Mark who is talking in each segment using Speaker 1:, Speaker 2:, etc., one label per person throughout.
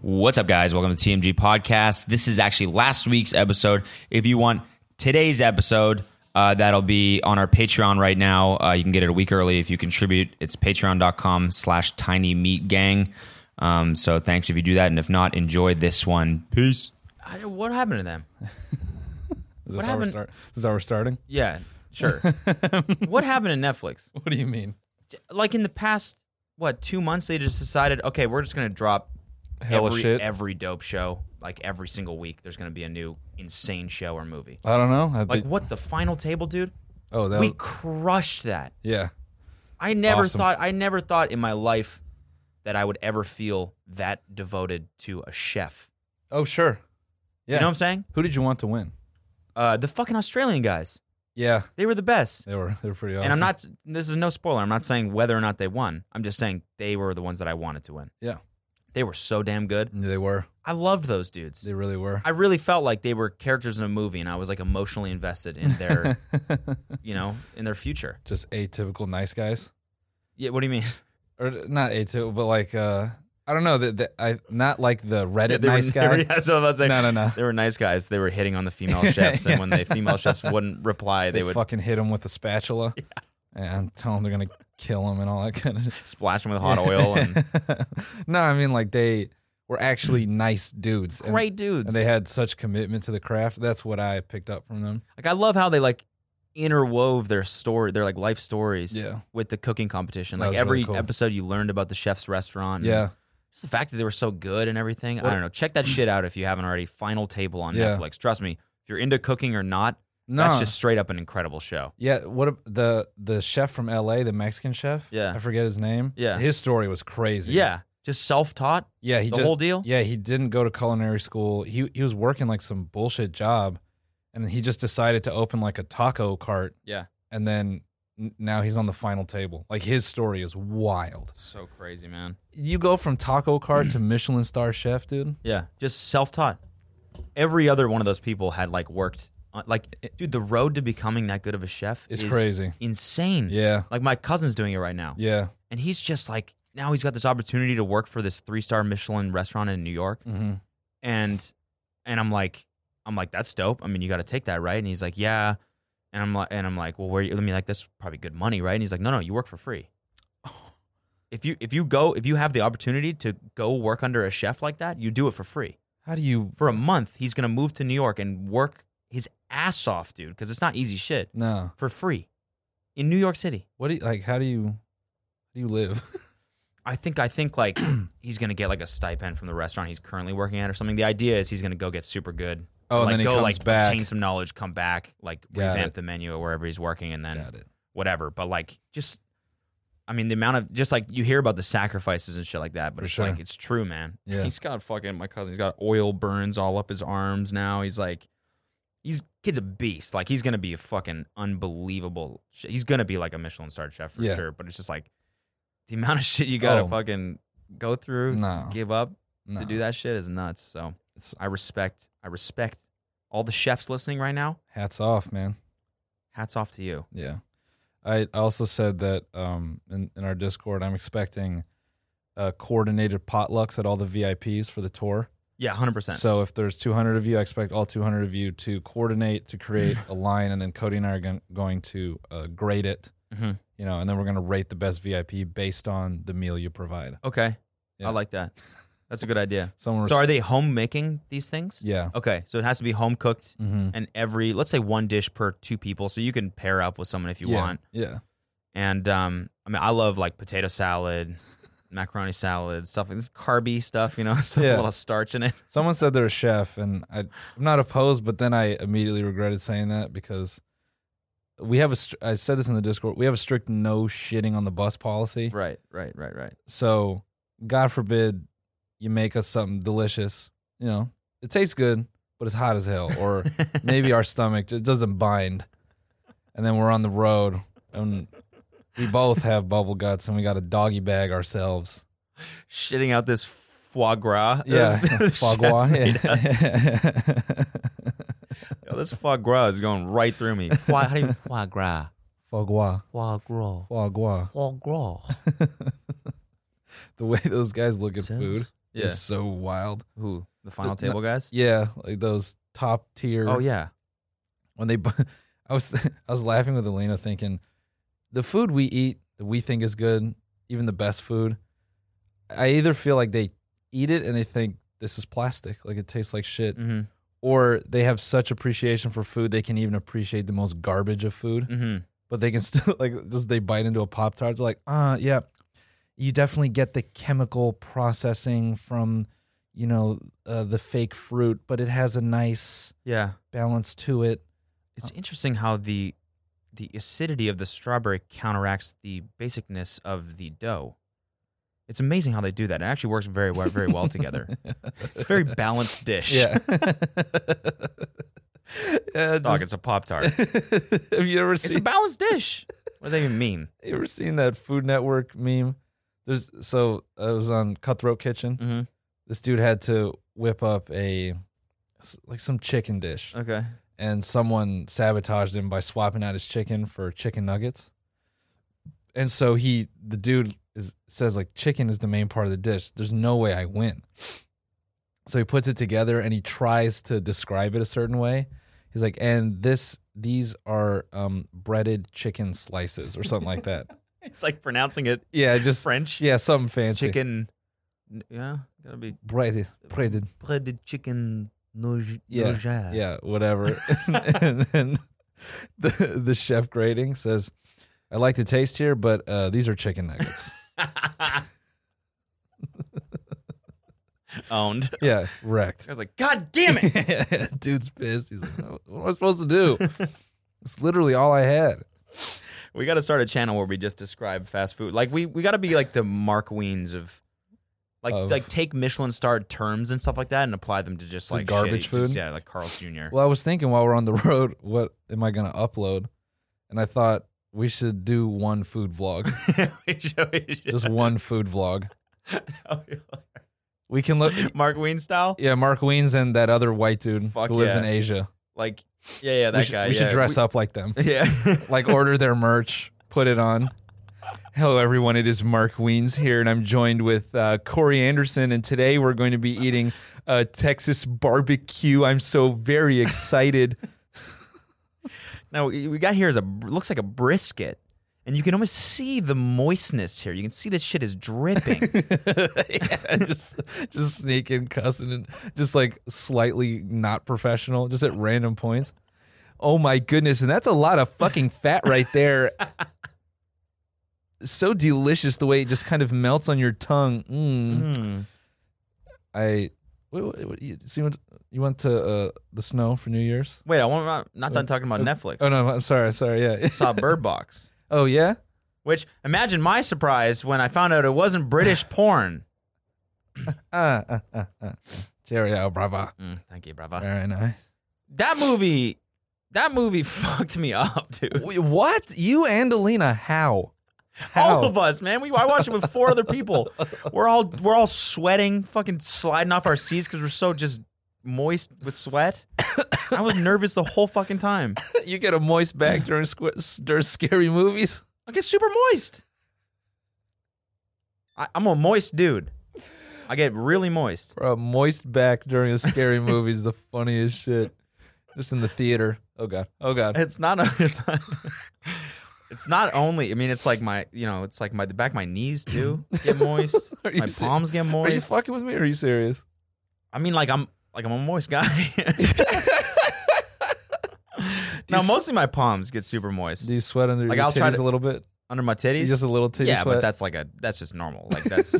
Speaker 1: What's up, guys? Welcome to TMG Podcast. This is actually last week's episode. If you want today's episode, uh, that'll be on our Patreon right now. Uh, you can get it a week early if you contribute. It's patreon.com slash tiny meat gang. Um, so thanks if you do that. And if not, enjoy this one. Peace.
Speaker 2: I, don't- what happened to them?
Speaker 3: Is this,
Speaker 2: What
Speaker 3: how we're
Speaker 2: happened-
Speaker 3: start- is this how we're starting?
Speaker 2: Yeah, sure. what happened to Netflix?
Speaker 3: What do you mean?
Speaker 2: Like in the past, what two months they just decided, okay, we're just gonna drop
Speaker 3: Hella
Speaker 2: every,
Speaker 3: shit.
Speaker 2: every dope show. Like every single week, there's gonna be a new insane show or movie.
Speaker 3: I don't know. I
Speaker 2: Like
Speaker 3: think-
Speaker 2: what the final table, dude?
Speaker 3: oh, that
Speaker 2: we
Speaker 3: was,
Speaker 2: crushed that.
Speaker 3: yeah.
Speaker 2: I never
Speaker 3: Awesome.
Speaker 2: thought. I never thought in my life that I would ever feel that devoted to a chef.
Speaker 3: Oh, sure. Yeah.
Speaker 2: You know what I'm saying?
Speaker 3: Who did you want to win?
Speaker 2: Uh, the fucking Australian guys.
Speaker 3: Yeah,
Speaker 2: They were the best.
Speaker 3: they were they were pretty awesome.
Speaker 2: And I'm not. This is no spoiler. I'm not saying whether or not they won. I'm just saying they were the ones that I wanted to win.
Speaker 3: Yeah,
Speaker 2: They were so damn good.
Speaker 3: they were.
Speaker 2: I loved those dudes.
Speaker 3: They really were.
Speaker 2: I really felt like they were characters in a movie, and I was like emotionally invested in their, you know, in their future.
Speaker 3: Just atypical nice guys,
Speaker 2: Yeah. What do you mean?
Speaker 3: or not atypical, but like uh, I don't know. That I not like the Reddit
Speaker 2: they
Speaker 3: nice
Speaker 2: were,
Speaker 3: guy.
Speaker 2: yeah, so I was like,
Speaker 3: No, no, no.
Speaker 2: They were nice guys. They were hitting on the female chefs, and when the female chefs wouldn't reply, they,
Speaker 3: They,
Speaker 2: would
Speaker 3: fucking hit him with a spatula. Yeah. And tell him they're gonna kill him and all that kind of.
Speaker 2: splash them with hot oil. And
Speaker 3: no, I mean like they were actually nice dudes. and-
Speaker 2: great dudes.
Speaker 3: and they had such commitment to the craft. That's what I picked up from them.
Speaker 2: Like I love how they like interwove their story, their like life stories
Speaker 3: Yeah.
Speaker 2: with the cooking competition.
Speaker 3: That
Speaker 2: Like
Speaker 3: was
Speaker 2: every
Speaker 3: really cool.
Speaker 2: episode you learned about the chef's restaurant. and
Speaker 3: Yeah,
Speaker 2: Just the fact that they were so good and everything. I don't know. Check that shit out if you haven't already. Final Table on
Speaker 3: Yeah.
Speaker 2: Netflix. Trust me. If you're into cooking or not,
Speaker 3: no,
Speaker 2: that's just straight up an incredible show.
Speaker 3: yeah. What ab- the the chef from L.A. the Mexican chef?
Speaker 2: Yeah.
Speaker 3: I forget his name.
Speaker 2: Yeah.
Speaker 3: his story was crazy.
Speaker 2: Yeah. Just self-taught.
Speaker 3: yeah. He
Speaker 2: the
Speaker 3: just
Speaker 2: whole deal?
Speaker 3: yeah he didn't go to culinary school. He he was working like some bullshit job, and he just decided to open like a taco cart,
Speaker 2: Yeah.
Speaker 3: and then n- now he's on the final table. Like his story is wild.
Speaker 2: So crazy, man.
Speaker 3: You go from taco cart to Michelin star chef, dude.
Speaker 2: Yeah. Just self-taught. Every other one of those people had like worked on- like eh, dude, the road to becoming that good of a chef
Speaker 3: It's
Speaker 2: is
Speaker 3: crazy.
Speaker 2: Insane.
Speaker 3: Yeah,
Speaker 2: Like my cousin's doing it right now.
Speaker 3: yeah.
Speaker 2: and he's just like now he's got this opportunity to work for this three star Michelin restaurant in New York,
Speaker 3: Mm-hmm.
Speaker 2: and and I'm like I'm like that's dope. I mean, you got to take that right, and he's like yeah, and I'm like and I'm like well where you, I mean like that's probably good money right, and he's like no no you work for free. If you if you go if you have the opportunity to go work under a chef like that, you do it for free.
Speaker 3: How do you?
Speaker 2: For a month, he's gonna move to New York and work his ass off, dude, because it's not easy shit
Speaker 3: No.
Speaker 2: for free in New York City.
Speaker 3: What do you like? How do you? How do you live?
Speaker 2: I think I think like he's gonna get like a stipend from the restaurant he's currently working at or something. The idea is he's gonna go get super good.
Speaker 3: Oh, and
Speaker 2: like,
Speaker 3: then he
Speaker 2: go
Speaker 3: comes
Speaker 2: like
Speaker 3: back.
Speaker 2: obtain some knowledge, come back, like
Speaker 3: Got
Speaker 2: revamp
Speaker 3: it.
Speaker 2: the menu or wherever he's working, and then
Speaker 3: Got it.
Speaker 2: whatever. But like just, I mean, the amount of just like you hear about the sacrifices and shit like that, but
Speaker 3: For
Speaker 2: it's
Speaker 3: sure.
Speaker 2: like it's true, man.
Speaker 3: Yeah.
Speaker 2: He's got fucking my cousin. He's got oil burns all up his arms now. He's like, he's kid's a beast. Like he's gonna be a fucking unbelievable. Sh- he's gonna be like a Michelin star chef for
Speaker 3: Yeah.
Speaker 2: sure. But it's just like the amount of shit you gotta
Speaker 3: Oh.
Speaker 2: fucking go through,
Speaker 3: No.
Speaker 2: give up
Speaker 3: No.
Speaker 2: to do that shit is nuts. So
Speaker 3: It's-
Speaker 2: I respect, I respect all the chefs listening right now.
Speaker 3: Hats off, man.
Speaker 2: Hats off to you.
Speaker 3: Yeah. I also said that um, in, in our Discord, I'm expecting uh, coordinated potlucks at all the VIPs for the tour.
Speaker 2: Yeah, hundred percent.
Speaker 3: So if there's 200 of you, I expect all 200 of you to coordinate to create a line, and then Cody and I are gon- going to uh, grade it.
Speaker 2: Mhm.
Speaker 3: You know, and then we're going to rate the best VIP based on the meal you provide.
Speaker 2: Okay.
Speaker 3: Yeah.
Speaker 2: I like that. That's a good idea.
Speaker 3: Someone,
Speaker 2: So are they home making these things?
Speaker 3: yeah,
Speaker 2: Okay. So it has to be home cooked
Speaker 3: mm-hmm.
Speaker 2: and every let's say one dish per two people. So you can pair up with someone if you
Speaker 3: yeah.
Speaker 2: want.
Speaker 3: yeah,
Speaker 2: And um I mean I love like potato salad, macaroni salad, stuff like carby stuff, you know, stuff with
Speaker 3: Yeah.
Speaker 2: a little starch in it.
Speaker 3: Someone said they're a chef, and I, I'm not opposed, but then I immediately regretted saying that because we have a. str- I said this in the Discord. We have a strict no shitting on the bus policy.
Speaker 2: Right, right, right, right.
Speaker 3: So, God forbid you make us something delicious. You know, it tastes good, but it's hot as hell, or maybe our stomach just doesn't bind, and then we're on the road and. We both have bubble guts, and we got to doggy bag ourselves.
Speaker 2: Shitting out this foie gras.
Speaker 3: Yeah,
Speaker 2: This-
Speaker 3: foie
Speaker 2: chef
Speaker 3: gras.
Speaker 2: made us.
Speaker 3: Yeah.
Speaker 2: Yo, this foie gras is going right through me. Foie, how do you foie gras?
Speaker 3: foie gras.
Speaker 2: Foie gras.
Speaker 3: Foie gras.
Speaker 2: Foie gras.
Speaker 3: The way those guys look at food.
Speaker 2: Yeah.
Speaker 3: is so wild.
Speaker 2: Who? The final
Speaker 3: The- no-
Speaker 2: table guys?
Speaker 3: Yeah, like those top tier.
Speaker 2: Oh yeah.
Speaker 3: when they, bu- I was I was laughing with Elena, thinking the food we eat that we think is good, even the best food, I either feel like they eat it and they think this is plastic, like it tastes like shit,
Speaker 2: Mm-hmm.
Speaker 3: or they have such appreciation for food they can even appreciate the most garbage of food.
Speaker 2: Mm-hmm.
Speaker 3: but they can still like just they bite into a pop tart. They're like, ah, yeah, you definitely get the chemical processing from, you know, uh, the fake fruit, but it has a nice
Speaker 2: Yeah.
Speaker 3: balance to it.
Speaker 2: It's interesting how the the acidity of the strawberry counteracts the basicness of the dough. It's amazing how they do that. It actually works very well, very well together. It's a very balanced dish.
Speaker 3: yeah. yeah
Speaker 2: Dog,
Speaker 3: just-
Speaker 2: it's a Pop Tart.
Speaker 3: have you ever
Speaker 2: It's a
Speaker 3: seen?
Speaker 2: balanced dish. What do they even mean?
Speaker 3: you ever seen that Food Network meme? There's so I was on Cutthroat Kitchen.
Speaker 2: Mm-hmm.
Speaker 3: This dude had to whip up a like some chicken dish.
Speaker 2: Okay.
Speaker 3: and someone sabotaged him by swapping out his chicken for chicken nuggets. And so he, the dude is, says like chicken is the main part of the dish. There's no way I win. So he puts it together and he tries to describe it a certain way. He's like, and this, these are um, breaded chicken slices or something like that.
Speaker 2: It's like pronouncing it
Speaker 3: Yeah, just
Speaker 2: French.
Speaker 3: yeah, something fancy.
Speaker 2: Chicken. Yeah. Gotta be
Speaker 3: breaded, breaded.
Speaker 2: breaded chicken noge-
Speaker 3: Yeah,
Speaker 2: nougette.
Speaker 3: yeah, whatever. and then the the chef grading says, "I like the taste here, but uh, these are chicken nuggets."
Speaker 2: Owned.
Speaker 3: yeah, wrecked.
Speaker 2: I was like, God damn it.
Speaker 3: Dude's pissed. He's like, "What am I supposed to do?" It's literally all I had.
Speaker 2: We got to start a channel where we just describe fast food. Like we we got to be like the Mark Weens of like
Speaker 3: Of-
Speaker 2: like take Michelin starred terms and stuff like that and apply them to just
Speaker 3: To
Speaker 2: like
Speaker 3: garbage
Speaker 2: shitty-
Speaker 3: food?
Speaker 2: yeah, like Carl's Jr.
Speaker 3: Well, I was thinking while we're on the road, what am I going to upload? And I thought we should do one food vlog,
Speaker 2: We should- we should-
Speaker 3: just one food vlog. We can look.
Speaker 2: Mark Ween style.
Speaker 3: Yeah, Mark Weens and that other white dude
Speaker 2: Fuck
Speaker 3: who lives
Speaker 2: yeah.
Speaker 3: in Asia.
Speaker 2: Like yeah, yeah, that
Speaker 3: we should,
Speaker 2: guy.
Speaker 3: we should
Speaker 2: yeah.
Speaker 3: dress up like them.
Speaker 2: Yeah.
Speaker 3: like order their merch, put it on. Hello, everyone. It is Mark Weens here, and I'm joined with uh, Corey Anderson. And today we're going to be eating a Texas barbecue. I'm so very excited.
Speaker 2: Now we we got here is a looks like a brisket, and you can almost see the moistness here. You can see this shit is dripping.
Speaker 3: yeah, just just sneaking, cussing, and just like slightly not professional, just at random points. Oh my goodness! And that's a lot of fucking fat right there. so delicious the way it just kind of melts on your tongue. Mm.
Speaker 2: Hmm.
Speaker 3: I wait, wait, wait, you, so you went you went to uh, the snow for New Year's?
Speaker 2: Wait, I want not, not done talking about Netflix.
Speaker 3: Oh no, I'm sorry, sorry, yeah.
Speaker 2: Saw Bird Box.
Speaker 3: oh yeah,
Speaker 2: Which imagine my surprise when I found out it wasn't British porn.
Speaker 3: ah, ah, ah, ah. Jerry oh, brava.
Speaker 2: Mm, thank you, brother.
Speaker 3: Very nice.
Speaker 2: That movie, that movie fucked me up, dude.
Speaker 3: Wait, what you and Alina? How? How?
Speaker 2: All of us, man. We I watched it with four other people. We're all we're all sweating, fucking sliding off our seats because we're so just moist with sweat. I was nervous the whole fucking time.
Speaker 3: you get a moist back during squ- during scary movies.
Speaker 2: I get super moist. I, I'm a moist dude. I get really moist.
Speaker 3: Bro, a moist back during a scary movie is the funniest shit. Just in the theater. Oh god. Oh god.
Speaker 2: It's not a. It's not, it's not only. I mean, it's like my. You know, it's like my the back of my knees too get moist.
Speaker 3: Are you
Speaker 2: my
Speaker 3: ser-
Speaker 2: palms get
Speaker 3: Are you
Speaker 2: moist.
Speaker 3: fucking with me? Or are you serious?
Speaker 2: I mean, like I'm like I'm a moist guy.
Speaker 3: you
Speaker 2: now,
Speaker 3: s-
Speaker 2: mostly my palms get super moist
Speaker 3: Do you sweat under
Speaker 2: Like,
Speaker 3: your
Speaker 2: I'll try
Speaker 3: titties
Speaker 2: to-
Speaker 3: a little bit?
Speaker 2: under my titties.
Speaker 3: Just a little titty
Speaker 2: yeah,
Speaker 3: sweat.
Speaker 2: but that's like a that's just normal. Like that's.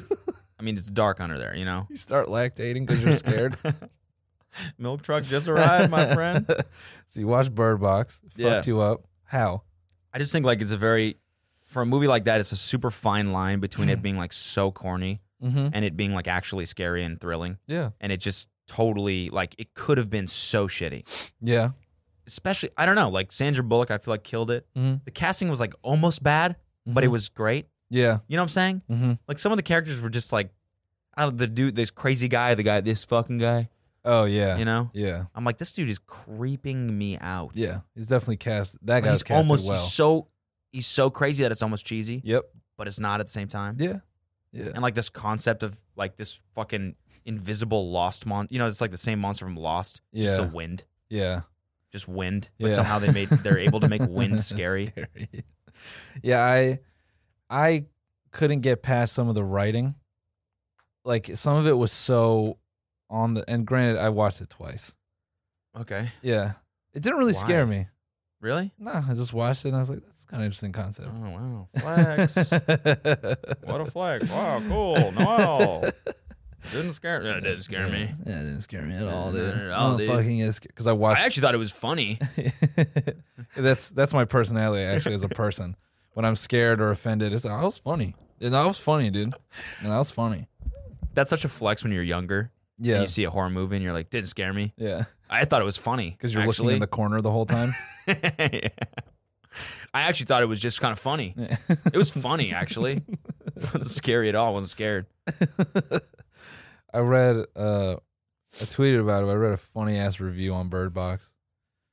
Speaker 2: I mean, it's dark under there. You know,
Speaker 3: you start lactating because you're scared.
Speaker 2: milk truck just arrived, my friend.
Speaker 3: So you watched Bird Box, fucked
Speaker 2: Yeah.
Speaker 3: you up. How?
Speaker 2: I just think like it's a very for a movie like that, it's a super fine line between
Speaker 3: Mm.
Speaker 2: it being like so corny
Speaker 3: Mm-hmm.
Speaker 2: and it being like actually scary and thrilling.
Speaker 3: Yeah.
Speaker 2: And it just totally like it could have been so shitty.
Speaker 3: Yeah.
Speaker 2: Especially I don't know, like Sandra Bullock, I feel like killed it.
Speaker 3: Mhm.
Speaker 2: The casting was like almost bad, but
Speaker 3: Mm-hmm.
Speaker 2: it was great.
Speaker 3: Yeah.
Speaker 2: You know what I'm saying?
Speaker 3: Mm-hmm.
Speaker 2: Like some of the characters were just like out of the dude, this crazy guy, the guy, this fucking guy.
Speaker 3: Oh yeah.
Speaker 2: You know,
Speaker 3: Yeah.
Speaker 2: I'm like, this dude is creeping me out.
Speaker 3: Yeah. He's definitely cast. That
Speaker 2: Like,
Speaker 3: guy's
Speaker 2: he's
Speaker 3: casted
Speaker 2: almost
Speaker 3: well.
Speaker 2: he's so he's so crazy that it's almost cheesy,
Speaker 3: yep.
Speaker 2: but it's not at the same time.
Speaker 3: Yeah. Yeah.
Speaker 2: and like this concept of like this fucking invisible lost mon. You know, it's like the same monster from Lost. Just
Speaker 3: Yeah.
Speaker 2: the wind.
Speaker 3: Yeah.
Speaker 2: Just wind. But
Speaker 3: Yeah.
Speaker 2: somehow they made they're able to make wind scary.
Speaker 3: Scary. Yeah, I I couldn't get past some of the writing. Like some of it was so on the and granted I watched it twice.
Speaker 2: Okay.
Speaker 3: Yeah. It didn't really
Speaker 2: Why?
Speaker 3: scare me.
Speaker 2: Really?
Speaker 3: No, I just watched it and I was like, that's kind of interesting
Speaker 2: Oh
Speaker 3: concept.
Speaker 2: wow. Flex. what a flex. Wow, cool. No. Didn't scare that didn't scare me.
Speaker 3: Yeah, it didn't scare me at all,
Speaker 2: Not
Speaker 3: dude.
Speaker 2: at all,
Speaker 3: No
Speaker 2: dude.
Speaker 3: fucking is because I
Speaker 2: I
Speaker 3: watched
Speaker 2: actually thought it was funny.
Speaker 3: that's that's my personality actually as a person. When I'm scared or offended, it's like, "Oh, that was funny. Yeah, That was funny, dude. Yeah, That was funny.
Speaker 2: That's such a flex when you're younger. and
Speaker 3: Yeah,
Speaker 2: You see a horror movie and you're like, didn't scare me.
Speaker 3: yeah.
Speaker 2: I thought it was funny.
Speaker 3: Because you're looking in the corner the whole time.
Speaker 2: actually. I actually thought it was just kind of funny.
Speaker 3: Yeah.
Speaker 2: It was funny, actually. it wasn't scary at all. I wasn't scared.
Speaker 3: I read, uh, I tweeted about it. But I read a funny ass review on Bird Box.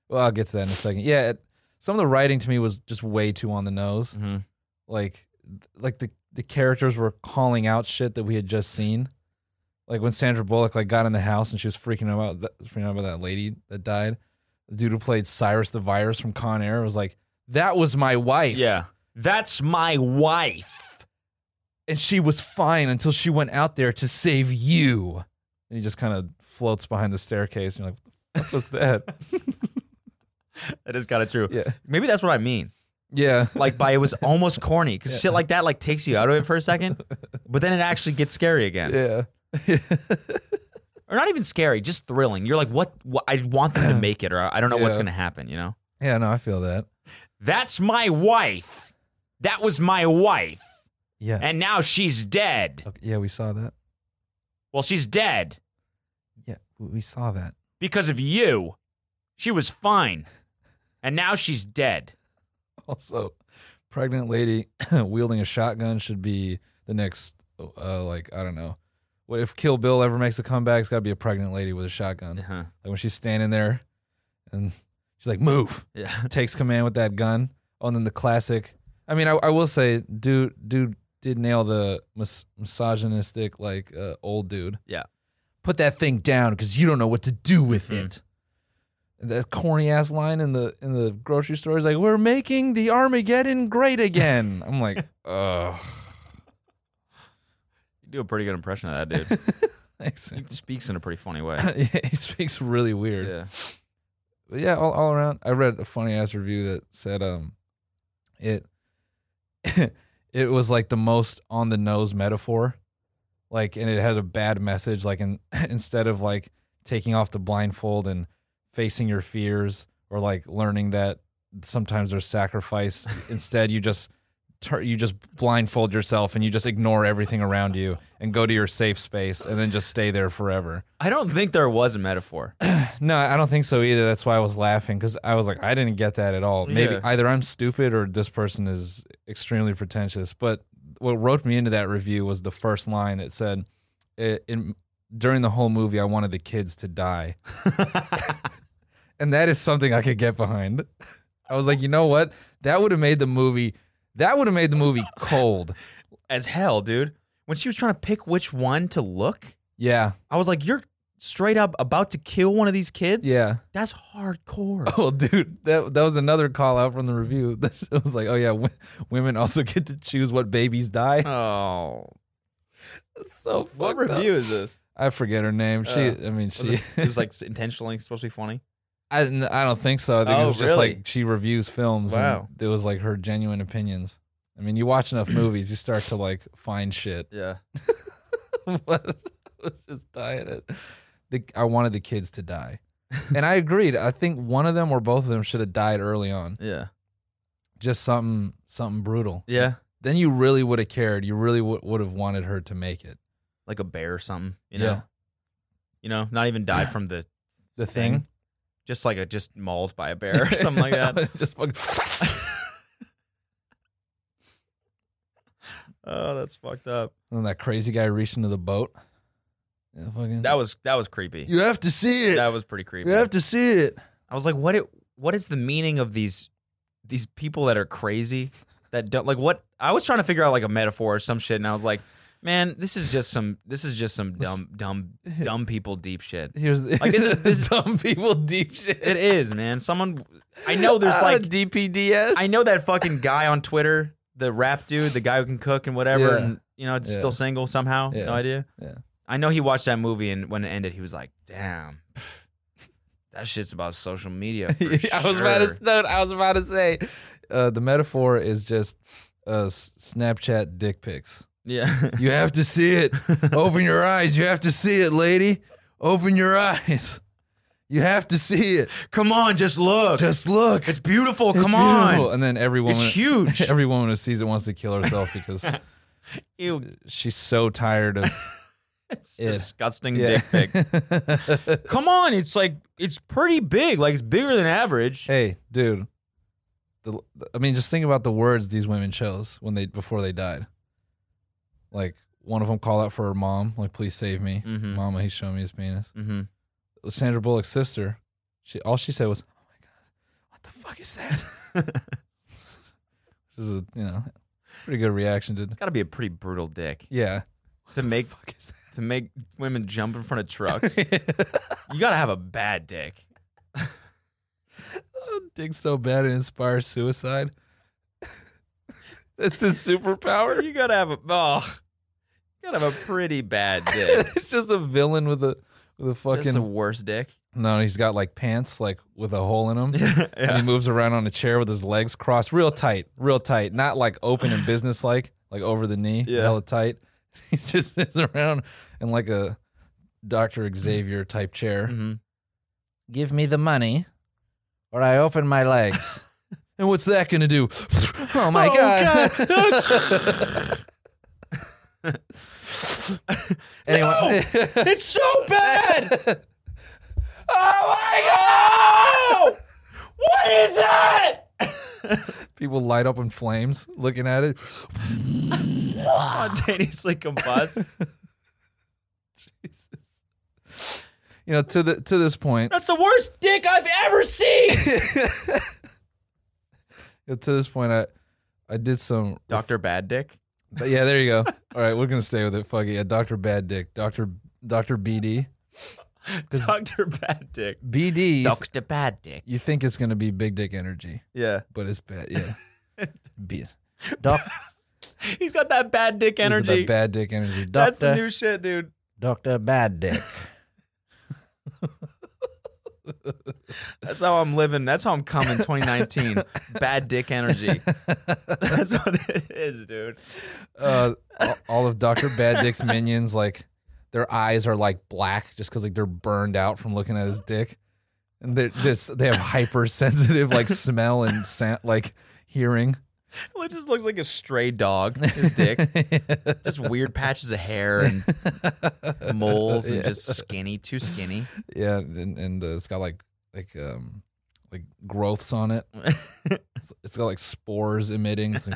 Speaker 3: Well, I'll get to that in a second. Yeah, it, some of the writing to me was just way too on the nose.
Speaker 2: Mm-hmm.
Speaker 3: like like the the characters were calling out shit that we had just seen. Like when Sandra Bullock like got in the house and she was freaking out about that, freaking out about that lady that died. The dude who played Cyrus the Virus from Con Air was like, "That was my wife."
Speaker 2: Yeah. That's my wife.
Speaker 3: and she was fine until she went out there to save you. And he just kind of floats behind the staircase. And you're like, "What was that?"
Speaker 2: That is kind of true.
Speaker 3: yeah,
Speaker 2: Maybe that's what I mean.
Speaker 3: yeah,
Speaker 2: Like by it was almost corny because shit like that like takes you out of it for a second, but then it actually gets scary again,
Speaker 3: yeah.
Speaker 2: or not even scary, just thrilling. You're like, what? what I want them to make it, or I I don't know what's
Speaker 3: Yeah.
Speaker 2: going to happen. You know,
Speaker 3: Yeah, no, I feel that.
Speaker 2: that's my wife. That was my wife,
Speaker 3: Yeah,
Speaker 2: and now she's dead.
Speaker 3: okay, yeah, we saw that.
Speaker 2: Well, she's dead.
Speaker 3: Yeah, we saw that.
Speaker 2: because of you. She was fine. And now she's dead.
Speaker 3: Also, pregnant lady wielding a shotgun should be the next, uh, like, I don't know. What if Kill Bill ever makes a comeback? It's got to be a pregnant lady with a shotgun. Like
Speaker 2: Uh-huh.
Speaker 3: when she's standing there and she's like, move,
Speaker 2: Yeah.
Speaker 3: takes command with that gun. Oh, and then the classic. I mean, I, I will say, dude, dude did nail the mis- misogynistic, like, uh, old dude.
Speaker 2: Yeah.
Speaker 3: Put that thing down because you don't know what to do with
Speaker 2: Mhm.
Speaker 3: it. And That corny ass line in the in the grocery store is like, "We're making the Armageddon great again." I'm like, "Ugh,
Speaker 2: You do a pretty good impression of that dude.
Speaker 3: thanks."
Speaker 2: he speaks in a pretty funny way.
Speaker 3: yeah, he speaks really weird.
Speaker 2: Yeah.
Speaker 3: but yeah, all, all around. I read a funny ass review that said um it it was like the most on the nose metaphor. Like and it had a bad message like in, instead of like taking off the blindfold and facing your fears or like learning that sometimes there's sacrifice, instead you just tur- you just blindfold yourself and you just ignore everything around you and go to your safe space and then just stay there forever.
Speaker 2: I don't think there was a metaphor.
Speaker 3: No, I don't think so either. That's why I was laughing because I was like, I didn't get that at all. Maybe
Speaker 2: Yeah.
Speaker 3: either I'm stupid or this person is extremely pretentious. But what wrote me into that review was the first line that said, "I- in, "During the whole movie, I wanted the kids to die," and that is something I could get behind. I was like, you know what? That would have made the movie. That would have made the movie cold.
Speaker 2: As hell, dude. When she was trying to pick which one to look,
Speaker 3: Yeah,
Speaker 2: I was like, you're straight up about to kill one of these kids?
Speaker 3: yeah.
Speaker 2: That's hardcore.
Speaker 3: Oh, dude, that that was another call out from the review. It was like, oh yeah, w- women also get to choose what babies die.
Speaker 2: oh.
Speaker 3: so
Speaker 2: What
Speaker 3: fucked up.
Speaker 2: review is this?
Speaker 3: I forget her name. She,
Speaker 2: Uh,
Speaker 3: I mean,
Speaker 2: Was
Speaker 3: she.
Speaker 2: it, it was like intentionally supposed to be funny?
Speaker 3: I, didn't- I don't think so. I think it
Speaker 2: Oh,
Speaker 3: was just
Speaker 2: really?
Speaker 3: like she reviews films.
Speaker 2: Wow.
Speaker 3: and it was like her genuine opinions. I mean, you watch enough movies, you start to like find shit.
Speaker 2: Yeah.
Speaker 3: but I was just dying it. The, I wanted the kids to die, and I agreed. I think one of them or both of them should have died early on.
Speaker 2: Yeah.
Speaker 3: Just something, something brutal.
Speaker 2: Yeah.
Speaker 3: then you really would have cared. You really would would have wanted her to make it.
Speaker 2: Like a bear or something, you know?
Speaker 3: Yeah.
Speaker 2: You know, not even die from the
Speaker 3: The thing,
Speaker 2: just like a just mauled by a bear or something like that.
Speaker 3: Just fucking-
Speaker 2: oh, that's fucked up.
Speaker 3: and then that crazy guy reached into the boat. Yeah, fucking.
Speaker 2: That was that was creepy.
Speaker 3: you have to see it.
Speaker 2: That was pretty creepy.
Speaker 3: you have to see it.
Speaker 2: I was like, what it what is the meaning of these these people that are crazy that don't like what I was trying to figure out like a metaphor or some shit and I was like Man, this is just some. This is just some dumb, dumb, dumb people deep shit.
Speaker 3: Here's the,
Speaker 2: Like, this is- this is-
Speaker 3: dumb people deep shit.
Speaker 2: It is, man. Someone. I know there's
Speaker 3: Ah,
Speaker 2: like.
Speaker 3: DPDS.
Speaker 2: I know that fucking guy on Twitter, the rap dude, the guy who can cook and whatever,
Speaker 3: Yeah.
Speaker 2: and you know, just
Speaker 3: Yeah.
Speaker 2: still single somehow.
Speaker 3: Yeah.
Speaker 2: No idea.
Speaker 3: Yeah.
Speaker 2: I know he watched that movie, and when it ended, he was like, "Damn, that shit's about social media." For
Speaker 3: I was about
Speaker 2: sure."
Speaker 3: to no, I was about to say, uh, the metaphor is just uh, S- Snapchat dick pics.
Speaker 2: Yeah.
Speaker 3: You have to see it. Open your eyes. You have to see it, lady. Open your eyes. You have to see it.
Speaker 2: Come on, just look.
Speaker 3: Just look.
Speaker 2: it's beautiful.
Speaker 3: It's
Speaker 2: Come
Speaker 3: beautiful.
Speaker 2: on.
Speaker 3: And then every woman,
Speaker 2: It's huge.
Speaker 3: every woman who sees it wants to kill herself because
Speaker 2: Ew,
Speaker 3: she's so tired of
Speaker 2: it's
Speaker 3: Id.
Speaker 2: disgusting
Speaker 3: Yeah.
Speaker 2: dick pic. Come on, it's like it's pretty big. Like it's bigger than average.
Speaker 3: hey, dude. The, I mean, just think about the words these women chose when they before they died. Like one of them called out for her mom, like "Please save me,
Speaker 2: Mhm.
Speaker 3: Mama." He's showing me his penis.
Speaker 2: Mm-hmm.
Speaker 3: Sandra Bullock's sister, she all she said was, "Oh my god, what the fuck is that?" this is a you know pretty good reaction to.
Speaker 2: Got to be a pretty brutal dick
Speaker 3: Yeah,
Speaker 2: to make to make women jump in front of trucks. you got to have a bad dick.
Speaker 3: dig so bad it inspires suicide. That's his superpower.
Speaker 2: You got to have a oh, you got to have a pretty bad dick.
Speaker 3: it's just a villain with a with a
Speaker 2: That's
Speaker 3: fucking
Speaker 2: the worst dick.
Speaker 3: No, he's got like pants like with a hole in them. And he
Speaker 2: yeah.
Speaker 3: moves around on a chair with his legs crossed, real tight, real tight, not like open and business like, like over the knee,
Speaker 2: Yeah.
Speaker 3: hella tight. He just sits around in like a Dr. Xavier type chair.
Speaker 2: hmm
Speaker 3: Give me the money or I open my legs. and what's that going to do? oh my
Speaker 2: Oh,
Speaker 3: God. anyway.
Speaker 2: It's so bad.
Speaker 3: Oh my god! What is that? People light up in flames looking at it.
Speaker 2: Spontaneously combust.
Speaker 3: You know, to the to this point,
Speaker 2: That's the worst dick I've ever seen.
Speaker 3: to this point, I I did some.
Speaker 2: Doctor Bad Dick.
Speaker 3: But yeah, there you go. All right, we're gonna stay with it. Fuck it. Yeah, Doctor Bad Dick, Doctor Doctor BD,
Speaker 2: Doctor Bad Dick.
Speaker 3: BD.
Speaker 2: Doctor Bad Dick.
Speaker 3: you think it's gonna be big dick energy,
Speaker 2: Yeah.
Speaker 3: but it's bad. Yeah, B, doc,
Speaker 2: He's got that bad dick energy.
Speaker 3: that bad dick energy. Doctor,
Speaker 2: That's the new shit, dude.
Speaker 3: Doctor Bad Dick.
Speaker 2: That's how I'm living. That's how I'm coming 2019. bad dick energy. That's what it is, dude.
Speaker 3: uh, all- all of Doctor Bad Dick's minions, like their eyes are like black just because like they're burned out from looking at his dick, and they're just they have hypersensitive like smell and sa- like hearing.
Speaker 2: Well, it just looks like a stray dog, his dick. just weird patches of hair and moles and just skinny, too skinny.
Speaker 3: Yeah, and, and uh, it's got like like um like growths on it. It's- it's got like spores emitting. It's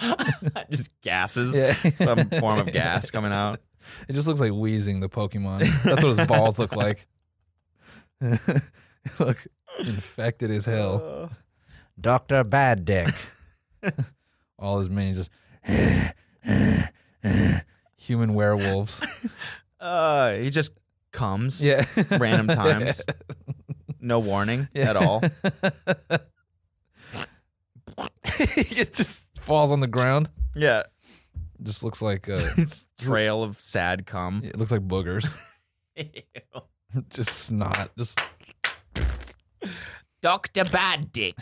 Speaker 3: like-
Speaker 2: just gases.
Speaker 3: Yeah.
Speaker 2: Some form of gas coming out.
Speaker 3: It just looks like wheezing the Pokemon. That's what his balls look like. look infected as hell. Dr. Bad Dick. All his minions just human werewolves.
Speaker 2: Uh, he just comes
Speaker 3: Yeah.
Speaker 2: random times. No warning at all.
Speaker 3: it just falls on the ground.
Speaker 2: Yeah.
Speaker 3: Just looks like uh,
Speaker 2: It's trail of sad cum.
Speaker 3: it looks like boogers. just snot. Just
Speaker 2: Dr. Bad Dick.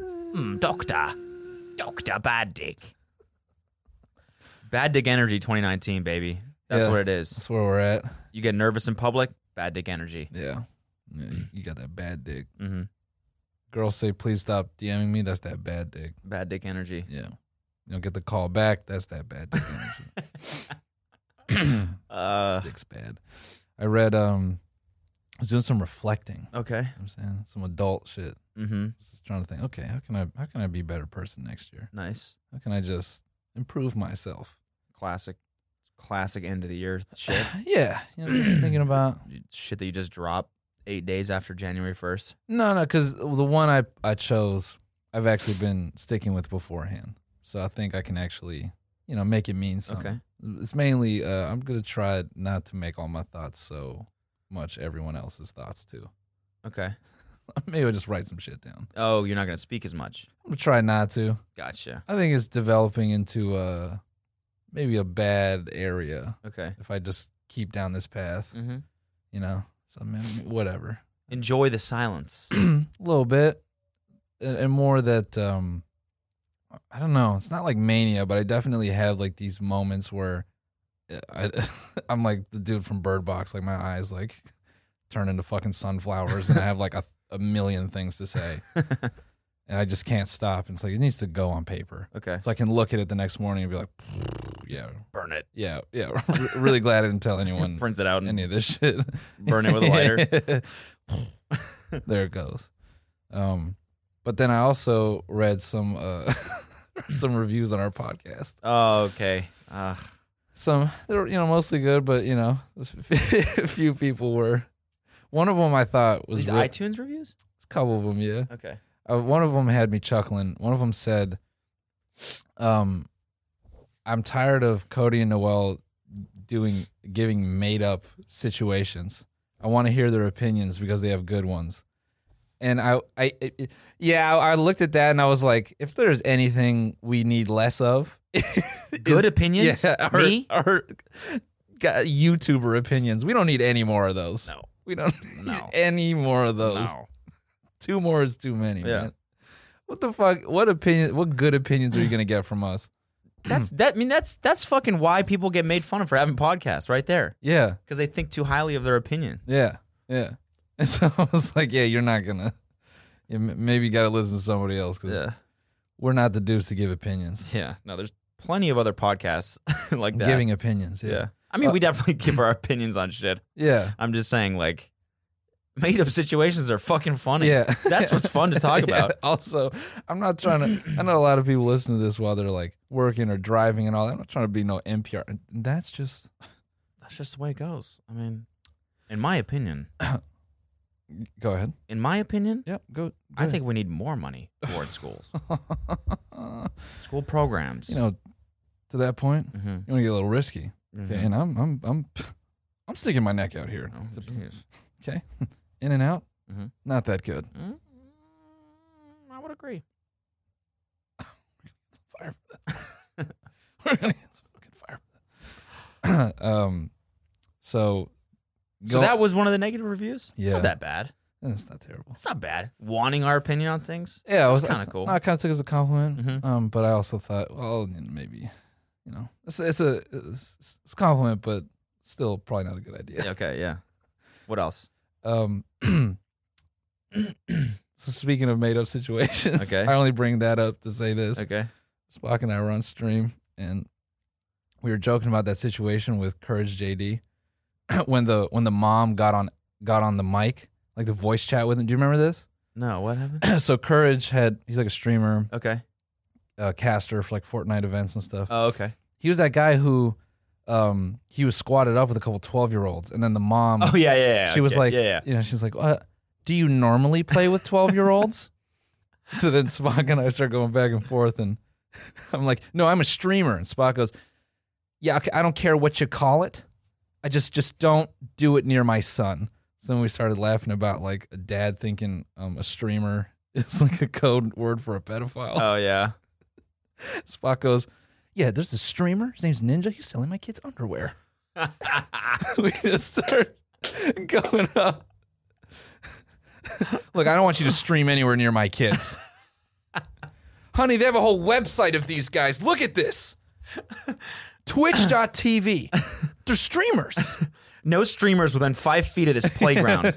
Speaker 2: Hmm, doctor. Dr. Bad Dick. Bad Dick Energy 2019, baby. That's
Speaker 3: Yeah.
Speaker 2: what it is.
Speaker 3: that's where we're at.
Speaker 2: You get nervous in public, bad dick energy.
Speaker 3: Yeah. yeah you, you got that bad dick.
Speaker 2: Mm-hmm.
Speaker 3: Girls say please stop DMing me. That's that bad dick.
Speaker 2: Bad dick energy.
Speaker 3: Yeah. You don't get the call back. That's that bad dick energy.
Speaker 2: Uh,
Speaker 3: Dick's bad. I read um I was doing some reflecting.
Speaker 2: okay.
Speaker 3: You know what I'm saying some adult shit. I
Speaker 2: Mm-hmm.
Speaker 3: was just trying to think, okay, how can I how can I be a better person next year?
Speaker 2: Nice.
Speaker 3: How can I just improve myself?
Speaker 2: Classic. Classic end of the year shit.
Speaker 3: Yeah, you know, just thinking about
Speaker 2: shit that you just drop eight days after January 1st.
Speaker 3: no, no, because the one I I chose, I've actually been sticking with beforehand, so I think I can actually you know, make it mean something.
Speaker 2: Okay.
Speaker 3: It's mainly uh, I'm gonna try not to make all my thoughts so much everyone else's thoughts too.
Speaker 2: Okay.
Speaker 3: Maybe I'll just write some shit down.
Speaker 2: Oh, you're not gonna speak as much.
Speaker 3: I'm gonna try not to.
Speaker 2: Gotcha.
Speaker 3: I think it's developing into a maybe a bad area
Speaker 2: Okay.
Speaker 3: if I just keep down this path.
Speaker 2: Mm-hmm.
Speaker 3: You know, so I mean, whatever.
Speaker 2: Enjoy the silence.
Speaker 3: a little bit and, and more that um i don't know it's not like mania but i definitely have like these moments where uh, I, i'm like the dude from bird box like my eyes like turn into fucking sunflowers and i have like a, a million things to say and i just can't stop and it's like it needs to go on paper
Speaker 2: okay.
Speaker 3: so i can look at it the next morning and be like yeah
Speaker 2: Burn it.
Speaker 3: yeah yeah really glad i didn't tell anyone
Speaker 2: Prints it out and
Speaker 3: any of this shit
Speaker 2: burn it with a lighter.
Speaker 3: there it goes. Um, but then I also read some uh, some reviews on our podcast.
Speaker 2: oh, okay. Uh,
Speaker 3: Some they're you know mostly good, but you know a few people were. One of them I thought was
Speaker 2: these
Speaker 3: re-
Speaker 2: iTunes reviews?
Speaker 3: a couple of them, yeah.
Speaker 2: Okay.
Speaker 3: Uh, one of them had me chuckling. One of them said, "Um, I'm tired of Cody and Noel doing giving made up situations. I want to hear their opinions because they have good ones." And I, I, it- it- yeah, I I looked at that and I was like, if there's anything we need less of,
Speaker 2: Good
Speaker 3: is-
Speaker 2: opinions?
Speaker 3: yeah, our,
Speaker 2: Me?
Speaker 3: our got YouTuber opinions. We don't need any more of those.
Speaker 2: No.
Speaker 3: we don't need
Speaker 2: No.
Speaker 3: any more of those
Speaker 2: No.
Speaker 3: two more is too many.
Speaker 2: Yeah.
Speaker 3: Man. What the fuck? What opinion? What good opinions are you gonna get from us?
Speaker 2: That's
Speaker 3: Hmm.
Speaker 2: that. I mean, that's that's fucking why people get made fun of for having podcasts, right there,
Speaker 3: Yeah,
Speaker 2: because they think too highly of their opinion.
Speaker 3: yeah, yeah. And so I was like, yeah, you're not gonna. You m- maybe you gotta listen to somebody else because we're not the dudes to give opinions.
Speaker 2: yeah. No, there's plenty of other podcasts like that.
Speaker 3: Giving opinions.
Speaker 2: yeah.
Speaker 3: Yeah.
Speaker 2: I mean,
Speaker 3: Uh,
Speaker 2: we definitely give our opinions on shit.
Speaker 3: Yeah.
Speaker 2: I'm just saying, like, made up situations are fucking funny.
Speaker 3: Yeah.
Speaker 2: That's what's fun to talk
Speaker 3: Yeah.
Speaker 2: about.
Speaker 3: Also, I'm not trying to. I know a lot of people listen to this while they're like working or driving and all that. I'm not trying to be no NPR. That's just
Speaker 2: That's just the way it goes. I mean, in my opinion,
Speaker 3: go ahead.
Speaker 2: in my opinion,
Speaker 3: Yep. Go. go
Speaker 2: I think we need more money towards schools,
Speaker 3: ahead.
Speaker 2: school programs.
Speaker 3: you know, to that point,
Speaker 2: hmm
Speaker 3: you want to get a little risky. Okay, and I'm I'm I'm I'm sticking my neck out here.
Speaker 2: Mm-hmm. Oh,
Speaker 3: It's a-
Speaker 2: jeez.
Speaker 3: okay, in and out,
Speaker 2: Mhm.
Speaker 3: not that good.
Speaker 2: Mm, I would agree.
Speaker 3: Fire. We're gonna get some fucking fire. um, so
Speaker 2: So that was one of the negative reviews. It's
Speaker 3: Yeah.
Speaker 2: not that bad.
Speaker 3: that's Eh, not terrible.
Speaker 2: It's not bad. Wanting our opinion on things.
Speaker 3: Yeah, it
Speaker 2: That's
Speaker 3: was
Speaker 2: kinda cool.
Speaker 3: No, I kind of took it as a compliment.
Speaker 2: Mhm.
Speaker 3: Um, but I also thought, well, then maybe, you know, it's it's a it's, it's a compliment, but still probably not a good idea.
Speaker 2: Yeah, okay, yeah. What else?
Speaker 3: Um, so speaking of made up situations,
Speaker 2: Okay.
Speaker 3: I only bring that up to say this.
Speaker 2: Okay.
Speaker 3: Spock and I were on stream and we were joking about that situation with Courage JD when the when the mom got on got on the mic, like the voice chat with him. Do you remember this?
Speaker 2: No, what happened?
Speaker 3: so Courage had he's like a streamer,
Speaker 2: Okay.
Speaker 3: a caster for like Fortnite events and stuff.
Speaker 2: Oh, okay.
Speaker 3: He was that guy who um he was squatted up with a couple 12-year-olds and then the mom
Speaker 2: Oh yeah, yeah, yeah.
Speaker 3: she was
Speaker 2: okay.
Speaker 3: like,
Speaker 2: yeah, yeah.
Speaker 3: you know, she's like, uh, do you normally play with 12 year olds? so then Spock and I start going back and forth, and I'm like, no, I'm a streamer. And Spock goes, yeah, okay, I don't care what you call it. I just, just don't do it near my son. So then we started laughing about like a dad thinking um, a streamer is like a code word for a pedophile.
Speaker 2: Oh yeah.
Speaker 3: Spock goes, yeah, there's a streamer. His name's Ninja. He's selling my kids underwear we just start going up. Look, I don't want you to stream anywhere near my kids. Honey, they have a whole website of these guys. Look at this. Twitch.tv. They're streamers.
Speaker 2: No streamers within five feet of this playground.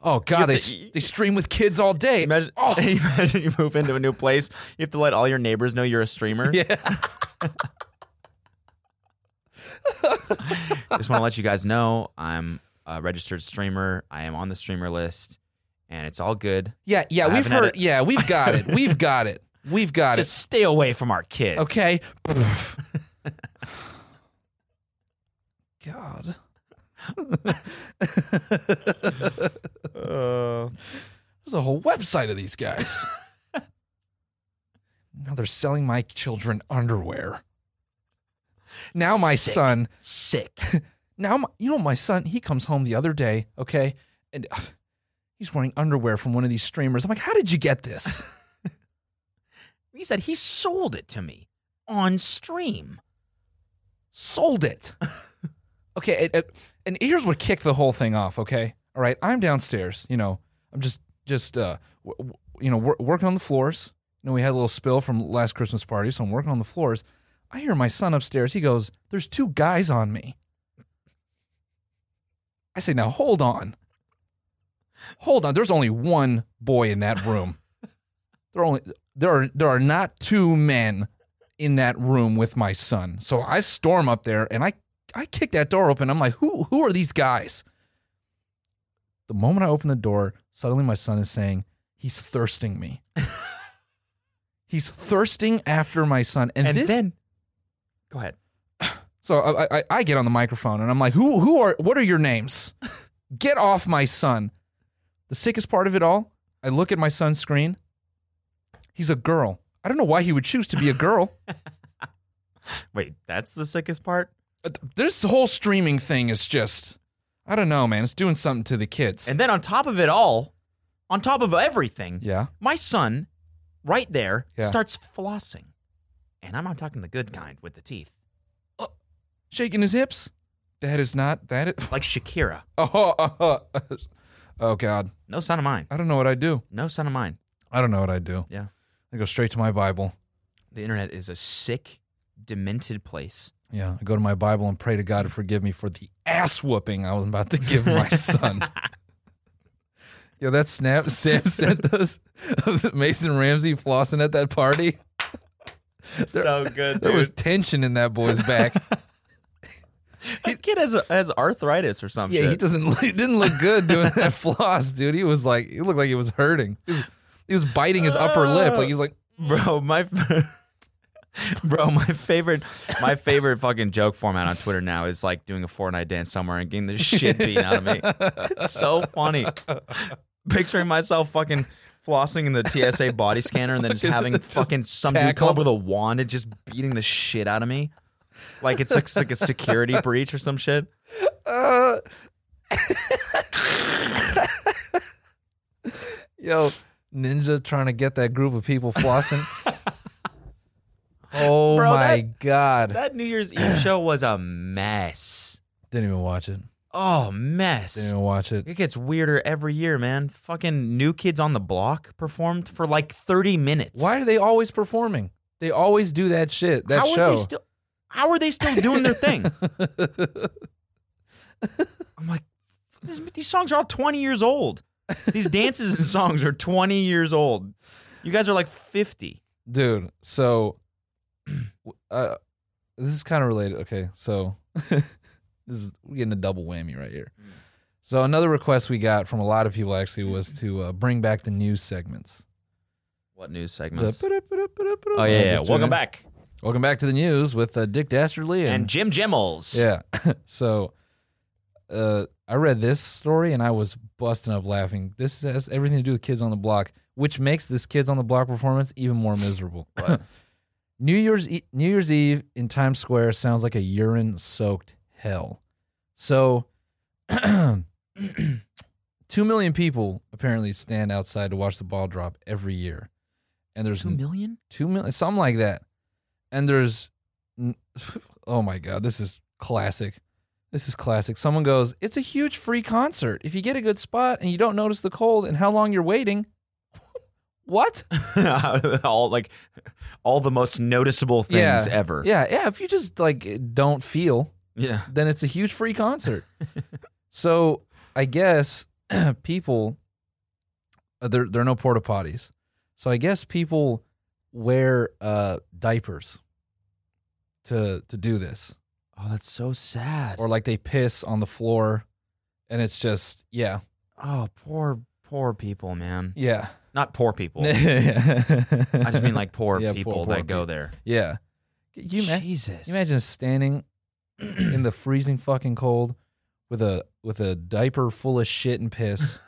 Speaker 3: Oh god, they
Speaker 2: to-
Speaker 3: they stream with kids all day.
Speaker 2: Imagine, imagine you move into a new place. You have to let all your neighbors know you're a streamer. Yeah. Just want to let you guys know I'm a registered streamer. I am on the streamer list, and it's all good.
Speaker 3: yeah, yeah,
Speaker 2: I
Speaker 3: we've
Speaker 2: haven't had it.
Speaker 3: heard. Yeah, we've got it. We've got it. We've got
Speaker 2: Just stay away from our kids.
Speaker 3: it. Okay. god.
Speaker 2: Uh, Uh.
Speaker 3: There's a whole website of these guys. now they're selling my children underwear. Now my
Speaker 2: Sick.
Speaker 3: son
Speaker 2: Sick.
Speaker 3: now my, you know my son he comes home the other day okay and ugh, he's wearing underwear from one of these streamers i'm like how did you get this
Speaker 2: He said he sold it to me on stream.
Speaker 3: sold it okay and- and, and here's what kicked the whole thing off okay all right i'm downstairs you know i'm just just uh w- w- you know wor- working on the floors you know we had a little spill from last christmas party so i'm working on the floors i hear my son upstairs he goes there's two guys on me i say now hold on hold on there's only one boy in that room there are only there are there are not two men in that room with my son so i storm up there and i i kick that door open i'm like who who are these guys the moment i open the door suddenly my son is saying he's thirsting me he's thirsting after my son and,
Speaker 2: And,
Speaker 3: this
Speaker 2: then go ahead.
Speaker 3: so I, I, I get on the microphone and I'm like, who, who are, what are your names? Get off my son. The sickest part of it all, I look at my son's screen. He's a girl. I don't know why he would choose to be a girl.
Speaker 2: Wait, that's the sickest part?
Speaker 3: Uh, th- this whole streaming thing is just, I don't know, man. It's doing something to the kids.
Speaker 2: And then on top of it all, on top of everything,
Speaker 3: yeah.
Speaker 2: my son right there
Speaker 3: Yeah.
Speaker 2: starts flossing. And I'm not talking the good kind with the teeth.
Speaker 3: Shaking his hips. That is not, that is,
Speaker 2: Like Shakira.
Speaker 3: oh, oh, oh, oh, God.
Speaker 2: No son of mine.
Speaker 3: I don't know what I do.
Speaker 2: No son of mine.
Speaker 3: I don't know what I do.
Speaker 2: Yeah.
Speaker 3: I go straight to my Bible.
Speaker 2: The internet is a sick, demented place.
Speaker 3: Yeah, I go to my Bible and pray to God to forgive me for the ass whooping I was about to give my son. Yo, that snap Sam sent us of Mason Ramsey flossing at that party.
Speaker 2: so good.
Speaker 3: There was tension in that boy's back.
Speaker 2: that kid has, has arthritis or something.
Speaker 3: yeah, he doesn't. He didn't look good doing that floss, dude. He was like, he looked like he was hurting. He was, he was biting his upper lip. Like he's like,
Speaker 2: bro my bro my favorite my favorite fucking joke format on twitter now is like doing a fortnite dance somewhere and getting the shit beaten out of me it's so funny picturing myself fucking flossing in the tsa body scanner and then just having fucking some dude come
Speaker 3: tackle.
Speaker 2: up with a wand and just beating the shit out of me like it's like, it's like a security breach or some shit
Speaker 3: yo, ninja trying to get that group of people flossing. oh
Speaker 2: Bro,
Speaker 3: my
Speaker 2: that-
Speaker 3: god!
Speaker 2: that new year's eve show was a mess
Speaker 3: didn't even watch it.
Speaker 2: oh mess
Speaker 3: Didn't even watch it.
Speaker 2: It gets weirder every year, man. Fucking new kids on the block performed for like 30 minutes.
Speaker 3: Why are they always performing? They always do that shit. That
Speaker 2: how
Speaker 3: show.
Speaker 2: Are they still, how are they still doing their thing? I'm like, this, these songs are all 20 years old. These dances and songs are 20 years old. You guys are like 50.
Speaker 3: Dude, so uh, this is kind of related. Okay, so this is we're getting a double whammy right here.
Speaker 2: Hmm.
Speaker 3: So another request we got from a lot of people actually was to uh, bring back the news segments.
Speaker 2: What news
Speaker 3: The-
Speaker 2: segments?
Speaker 3: Oh
Speaker 2: oh, yeah, yeah.
Speaker 3: just tune
Speaker 2: Welcome
Speaker 3: in.
Speaker 2: back.
Speaker 3: Welcome back to the news with uh, Dick Dastardly
Speaker 2: And
Speaker 3: and,
Speaker 2: Jim Jimmels.
Speaker 3: yeah. so uh, I read this story and I was busting up laughing. This has everything to do with Kids on the Block, which makes this Kids on the Block performance even more miserable.
Speaker 2: What?
Speaker 3: New Year's e- New Year's Eve in Times Square sounds like a urine soaked hell. So, two million people apparently stand outside to watch the ball drop every year, and there's
Speaker 2: Two million?
Speaker 3: two million, something like that. And there's, n- oh my god, this is classic. This is classic. Someone goes, "It's a huge free concert. If you get a good spot and you don't notice the cold and how long you're waiting, what?
Speaker 2: all like all the most noticeable things
Speaker 3: Yeah.
Speaker 2: ever.
Speaker 3: Yeah, yeah. If you just like don't feel,
Speaker 2: Yeah.
Speaker 3: then it's a huge free concert. so I guess people uh, there there are no porta potties. So I guess people wear uh, diapers to to do this,
Speaker 2: Oh, that's so sad.
Speaker 3: or like they piss on the floor, and it's just yeah,
Speaker 2: Oh, poor, poor people, man.
Speaker 3: yeah.
Speaker 2: Not poor people. I
Speaker 3: I
Speaker 2: just mean like poor
Speaker 3: Yeah, poor-
Speaker 2: people
Speaker 3: poor
Speaker 2: that go
Speaker 3: people.
Speaker 2: there.
Speaker 3: yeah. You ma-
Speaker 2: Jesus.
Speaker 3: you imagine standing in the freezing fucking cold with a with a diaper full of shit and piss.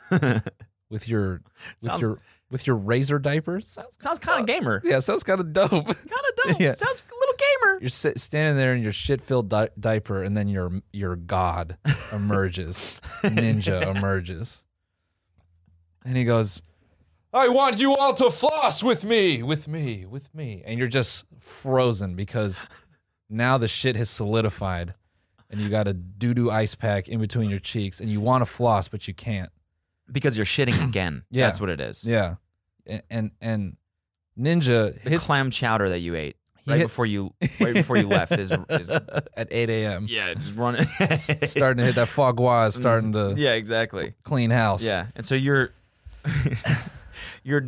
Speaker 3: with your with
Speaker 2: Sounds-
Speaker 3: your with your razor diapers.
Speaker 2: Sounds, sounds kind of gamer.
Speaker 3: Yeah, sounds kind of dope.
Speaker 2: Kind of dope.
Speaker 3: Yeah.
Speaker 2: Sounds a little gamer.
Speaker 3: You're sit, standing there in your shit-filled di- diaper, and then your your god emerges, ninja emerges, and he goes, "I want you all to floss with me, with me, with me," and you're just frozen because now the shit has solidified, and you got a doo-doo ice pack in between your cheeks, and you want to floss but you can't.
Speaker 2: Because you're shitting again.
Speaker 3: Yeah.
Speaker 2: That's what it is.
Speaker 3: Yeah, and and, and ninja
Speaker 2: The
Speaker 3: hits
Speaker 2: clam chowder that you ate
Speaker 3: He
Speaker 2: right
Speaker 3: hit-
Speaker 2: before you right before you left is, is
Speaker 3: at 8 a.m.
Speaker 2: yeah, Mm-hmm. just running.
Speaker 3: starting to hit that foie gras, is starting to
Speaker 2: yeah, exactly.
Speaker 3: clean house.
Speaker 2: Yeah, and so you're you're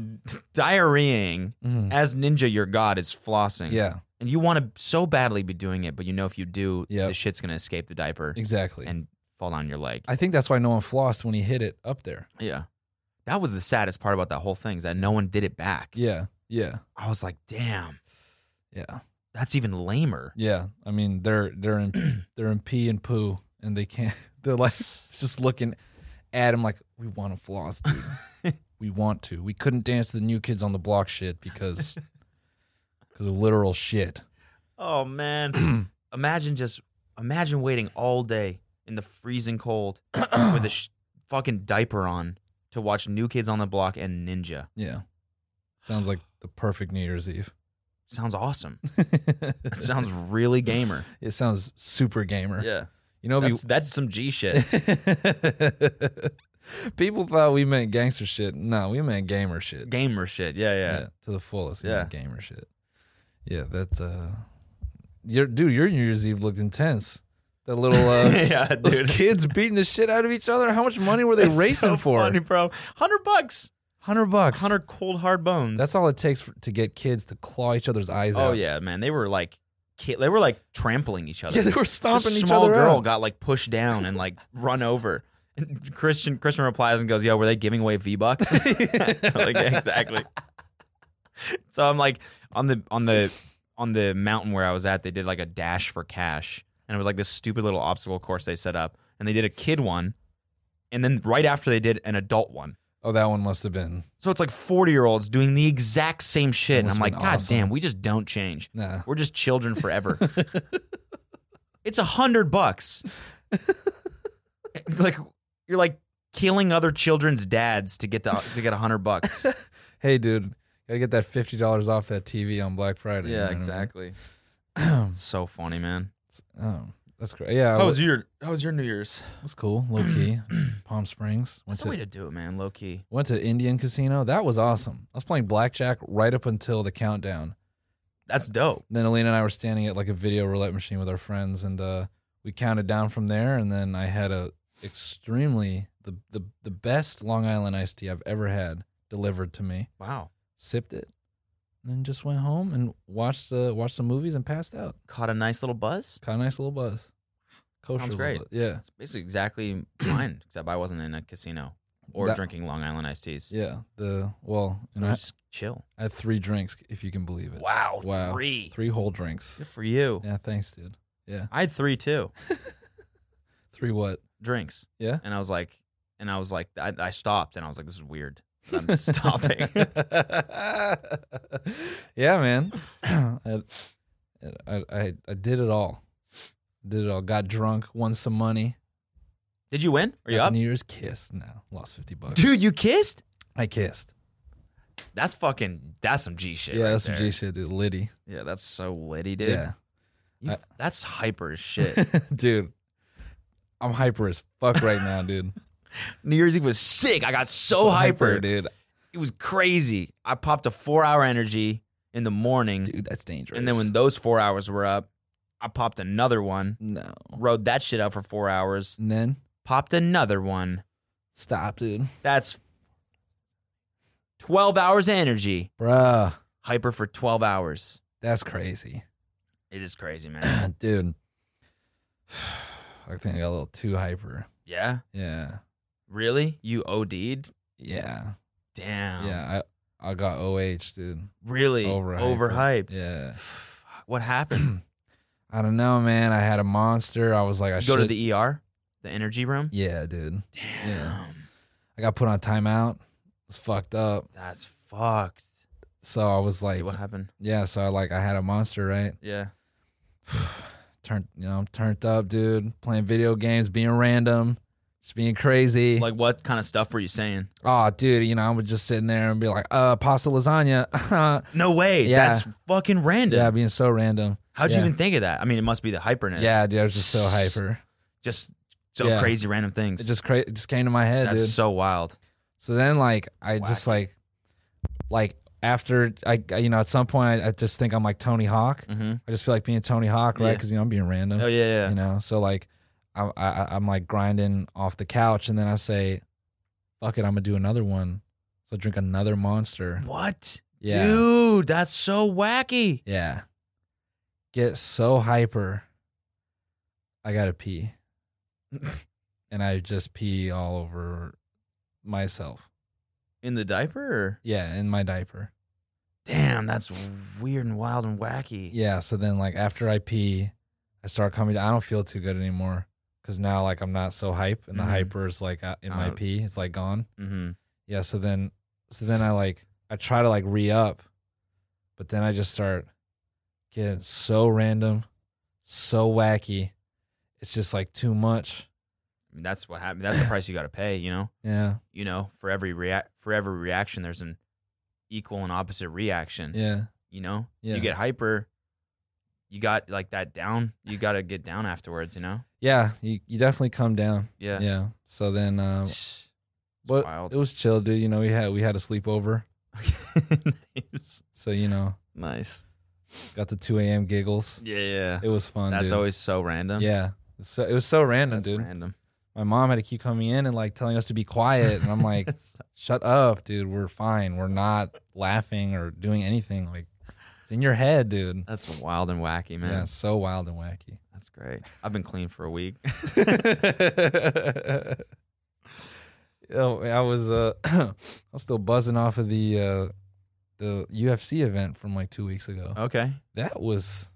Speaker 2: diarrheaing
Speaker 3: Mhm.
Speaker 2: as Ninja. Your god is flossing.
Speaker 3: Yeah,
Speaker 2: and you want to so badly be doing it, but you know if you do,
Speaker 3: Yep.
Speaker 2: the shit's gonna escape the diaper
Speaker 3: exactly.
Speaker 2: and fall down your leg.
Speaker 3: I think that's why no one flossed when he hit it up there.
Speaker 2: yeah, that was the saddest part about that whole thing is that no one did it back.
Speaker 3: Yeah, yeah,
Speaker 2: I was like, damn,
Speaker 3: yeah,
Speaker 2: that's even lamer.
Speaker 3: yeah. I mean, they're they're in they're in pee and poo, and they can't. They're like just looking at him like we want to floss. Dude. we want to. We couldn't dance to the new kids on the block shit because because of literal shit.
Speaker 2: Oh man, imagine just imagine waiting all day in the freezing cold with a sh- fucking diaper on to watch New Kids on the Block and Ninja.
Speaker 3: Yeah, sounds like the perfect New Year's Eve.
Speaker 2: Sounds awesome. That sounds really gamer.
Speaker 3: it sounds super gamer.
Speaker 2: Yeah,
Speaker 3: You know, if you
Speaker 2: that's, that's some G shit.
Speaker 3: People thought we meant gangster shit. No, we meant gamer shit.
Speaker 2: Gamer shit. Yeah, yeah.
Speaker 3: to the fullest. We
Speaker 2: Yeah.
Speaker 3: meant gamer shit. Yeah, that's uh, your dude. Your New Year's Eve looked intense. That little uh,
Speaker 2: yeah,
Speaker 3: those
Speaker 2: dude.
Speaker 3: kids beating the shit out of each other. How much money were they
Speaker 2: It's
Speaker 3: racing
Speaker 2: so
Speaker 3: for?
Speaker 2: funny, bro. Hundred bucks.
Speaker 3: Hundred bucks.
Speaker 2: Hundred cold hard bones.
Speaker 3: That's all it takes for, to get kids to claw each other's eyes out.
Speaker 2: Oh yeah, man. They were like, ki- they were like trampling each other.
Speaker 3: yeah, they were
Speaker 2: This
Speaker 3: stomping each
Speaker 2: small
Speaker 3: other
Speaker 2: girl
Speaker 3: out.
Speaker 2: got like pushed down and like run over. And Christian Christian replies and goes, "Yo, were they giving away V bucks?" like exactly. So I'm like on the on the on the mountain where I was at, they did like a dash for cash, and it was like this stupid little obstacle course they set up, and they did a kid one, and then right after they did an adult one.
Speaker 3: Oh, that one must have been
Speaker 2: So it's like 40 year olds doing the exact same shit. And
Speaker 3: must
Speaker 2: I'm
Speaker 3: have
Speaker 2: like,
Speaker 3: been
Speaker 2: God
Speaker 3: awesome.
Speaker 2: damn, we just don't change.
Speaker 3: nah.
Speaker 2: We're just children forever. it's a hundred bucks. like you're like killing other children's dads to get to, to get a hundred bucks.
Speaker 3: Hey, dude, gotta get that fifty dollars off that TV on Black Friday. you know what I mean?
Speaker 2: so funny, man.
Speaker 3: Oh, that's great. Yeah, I was,
Speaker 2: your How was your New Year's?
Speaker 3: that's cool. Low key, Palm Springs. Went
Speaker 2: That's the way
Speaker 3: to,
Speaker 2: to do it, man. Low key.
Speaker 3: went to Indian Casino. That was awesome. I was playing blackjack right up until the countdown.
Speaker 2: That's dope.
Speaker 3: Then Alina and I were standing at like a video roulette machine with our friends, and uh, we counted down from there. And then I had a extremely the the the best Long Island iced tea I've ever had delivered to me.
Speaker 2: Wow.
Speaker 3: Sipped it, and then just went home and watched the watched some movies and passed out.
Speaker 2: Caught a nice little buzz.
Speaker 3: Kind of nice little buzz. Kosher
Speaker 2: Sounds
Speaker 3: little
Speaker 2: great.
Speaker 3: buzz. Yeah.
Speaker 2: That's basically exactly mine, except I wasn't in a casino or
Speaker 3: That-
Speaker 2: drinking Long Island iced teas.
Speaker 3: Yeah, the well, and
Speaker 2: It
Speaker 3: I,
Speaker 2: was just chill.
Speaker 3: I had three drinks, if you can believe it.
Speaker 2: Wow,
Speaker 3: Wow.
Speaker 2: three.
Speaker 3: Three whole drinks.
Speaker 2: Good for you.
Speaker 3: Yeah, thanks, dude. Yeah,
Speaker 2: I had three too.
Speaker 3: three what?
Speaker 2: Drinks.
Speaker 3: Yeah.
Speaker 2: And I was like, and I was like, I, I stopped and I was like, this is weird. I'm stopping.
Speaker 3: yeah, man. I, I I I did it all. Did it all. Got drunk, won some money.
Speaker 2: Did you win? Are you
Speaker 3: got
Speaker 2: up?
Speaker 3: New Year's kiss. No, lost fifty bucks.
Speaker 2: Dude, you kissed?
Speaker 3: I kissed.
Speaker 2: That's fucking, that's some G shit.
Speaker 3: Yeah,
Speaker 2: right
Speaker 3: that's some
Speaker 2: there.
Speaker 3: G shit, dude. Liddy.
Speaker 2: Yeah, that's so litty, dude.
Speaker 3: Yeah,
Speaker 2: You-
Speaker 3: I-
Speaker 2: that's hyper as shit.
Speaker 3: dude. I'm hyper as fuck right now, dude.
Speaker 2: New Year's Eve was sick. I got so, hyper.
Speaker 3: dude.
Speaker 2: It was crazy. I popped a four hour energy in the morning.
Speaker 3: Dude, that's dangerous.
Speaker 2: and then when those four hours were up, I popped another one,
Speaker 3: no,
Speaker 2: rode that shit up for four hours,
Speaker 3: and then
Speaker 2: popped another one.
Speaker 3: Stop, dude.
Speaker 2: That's 12 hours of energy.
Speaker 3: Bruh,
Speaker 2: Hyper for 12 hours.
Speaker 3: that's crazy.
Speaker 2: It is crazy, man.
Speaker 3: dude, I think I got a little too hyper.
Speaker 2: yeah?
Speaker 3: Yeah.
Speaker 2: Really? You OD'd?
Speaker 3: Yeah.
Speaker 2: Damn.
Speaker 3: Yeah. I, I got OH, dude.
Speaker 2: Really?
Speaker 3: Overhyped.
Speaker 2: Overhyped.
Speaker 3: Yeah.
Speaker 2: What happened?
Speaker 3: I don't know, man. I had a monster. I was like, I
Speaker 2: you
Speaker 3: should
Speaker 2: go to the ER? The energy room?
Speaker 3: Yeah, dude.
Speaker 2: Damn.
Speaker 3: I got put on timeout. It's fucked up.
Speaker 2: That's fucked.
Speaker 3: So I was like,
Speaker 2: Wait, what happened?
Speaker 3: yeah. So I like I had a monster, right?
Speaker 2: Yeah.
Speaker 3: Turned, you know, I'm turned up, dude. Playing video games, being random, just being crazy.
Speaker 2: Like what kind of stuff were you saying?
Speaker 3: oh, dude, you know, I would just sit in there and be like, uh, pasta lasagna.
Speaker 2: No way.
Speaker 3: Yeah.
Speaker 2: That's fucking random.
Speaker 3: yeah, being so random.
Speaker 2: How'd you
Speaker 3: yeah.
Speaker 2: even think of that? I mean, it must be the hyperness.
Speaker 3: Yeah, dude, I was just so hyper.
Speaker 2: Just so
Speaker 3: Yeah.
Speaker 2: crazy random things.
Speaker 3: It just cra- it just came to my head,
Speaker 2: That's
Speaker 3: dude.
Speaker 2: so wild.
Speaker 3: So then, like, I just like, like after I, I- you know, at some point, I, I just think I'm like Tony Hawk.
Speaker 2: Mm-hmm.
Speaker 3: I just feel like being Tony Hawk, right?
Speaker 2: Yeah.
Speaker 3: Because you know I'm being random,
Speaker 2: Oh yeah, yeah.
Speaker 3: you know. So like, I, I, I'm like grinding off the couch, and then I say, "Fuck it, I'm gonna do another one." So I drink another monster.
Speaker 2: What?
Speaker 3: Yeah,
Speaker 2: Dude, that's so wacky.
Speaker 3: yeah. Get so hyper, I gotta pee, and I just pee all over myself.
Speaker 2: In the diaper? Or?
Speaker 3: Yeah, in my diaper.
Speaker 2: Damn, that's weird and wild and wacky.
Speaker 3: Yeah. So then, like after I pee, I start coming. down. I don't feel too good anymore because now, like, I'm not so hype, and the
Speaker 2: Mhm.
Speaker 3: hyper is like out in my
Speaker 2: Out.
Speaker 3: pee. It's like gone.
Speaker 2: Mm-hmm.
Speaker 3: Yeah. So then, so then I like I try to like re up, but then I just start getting so random, so wacky. It's just like too much.
Speaker 2: I mean, that's what happened. That's the price you got to pay. You know.
Speaker 3: Yeah.
Speaker 2: You know, for every react, for every reaction, there's an equal and opposite reaction.
Speaker 3: Yeah.
Speaker 2: You know.
Speaker 3: Yeah.
Speaker 2: You get hyper. You got like that down. You got to get down afterwards. You know.
Speaker 3: Yeah. You you definitely come down.
Speaker 2: Yeah. Um,
Speaker 3: Yeah. So then, uh,
Speaker 2: It's
Speaker 3: but
Speaker 2: wild.
Speaker 3: it was chill, dude. You know, we had we had a sleepover,
Speaker 2: nice.
Speaker 3: so you know,
Speaker 2: Nice.
Speaker 3: got the two a.m. giggles.
Speaker 2: Yeah, yeah.
Speaker 3: It was fun.
Speaker 2: That's
Speaker 3: dude.
Speaker 2: always so random.
Speaker 3: yeah. So it was so random,
Speaker 2: That's
Speaker 3: dude.
Speaker 2: random.
Speaker 3: My mom had to keep coming in and like telling us to be quiet, and I'm like, "Shut up, dude. We're fine. We're not laughing or doing anything. Like, it's in your head, dude."
Speaker 2: That's wild and wacky, man.
Speaker 3: Yeah, it's so wild and wacky.
Speaker 2: That's great. I've been clean for a week.
Speaker 3: Oh, I was uh, I was still buzzing off of the uh, the UFC event from like two weeks ago.
Speaker 2: okay.
Speaker 3: That was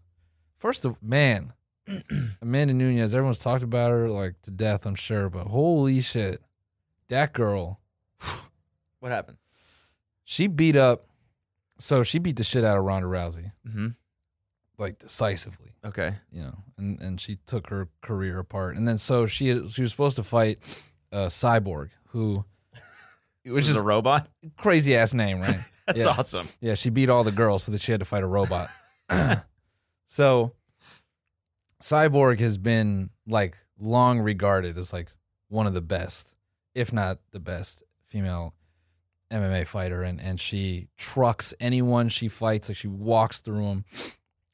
Speaker 3: first of man, Amanda Nunez. Everyone's talked about her like to death, I'm sure, but holy shit, that girl,
Speaker 2: What happened?
Speaker 3: she beat up. So she beat the shit out of Ronda Rousey
Speaker 2: Mm-hmm.
Speaker 3: like decisively,
Speaker 2: Okay.
Speaker 3: you know, and and she took her career apart. And then so she she was supposed to fight uh, Cyborg, who
Speaker 2: Which
Speaker 3: which
Speaker 2: is
Speaker 3: is
Speaker 2: a robot?
Speaker 3: crazy ass name, right?
Speaker 2: That's
Speaker 3: Yeah.
Speaker 2: awesome.
Speaker 3: Yeah, she beat all the girls so that she had to fight a robot. so Cyborg has been like long regarded as like one of the best, if not the best female MMA fighter and and she trucks anyone she fights, like she walks through them.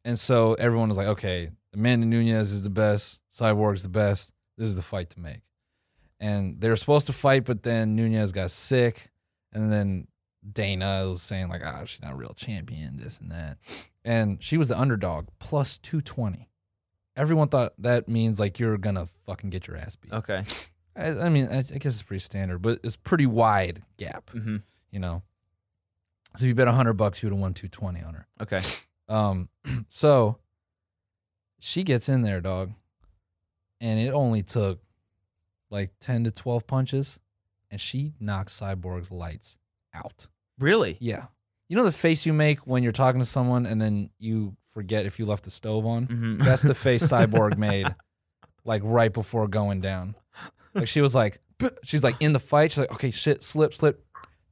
Speaker 3: And so everyone was like, okay, Amanda Nunez is the best, Cyborg's the best. This is the fight to make. And they were supposed to fight, but then Nunez got sick and then Dana was saying like, "Ah, she's not a real champion, this and that," and she was the underdog plus two twenty. Everyone thought that means like you're gonna fucking get your ass beat.
Speaker 2: Okay.
Speaker 3: I, I mean, I, I guess it's pretty standard, but it's pretty wide gap,
Speaker 2: Mm-hmm.
Speaker 3: you know. So if you bet hundred bucks, you would have won two twenty on her.
Speaker 2: Okay.
Speaker 3: Um, so she gets in there, dog, and it only took like ten to twelve punches, and she knocked Cyborg's lights out.
Speaker 2: Really?
Speaker 3: Yeah. You know the face you make when you're talking to someone and then you forget if you left the stove on?
Speaker 2: Mm-hmm.
Speaker 3: That's the face Cyborg made like right before going down. Like she was like she's like in the fight, she's like, "Okay, shit, slip, slip.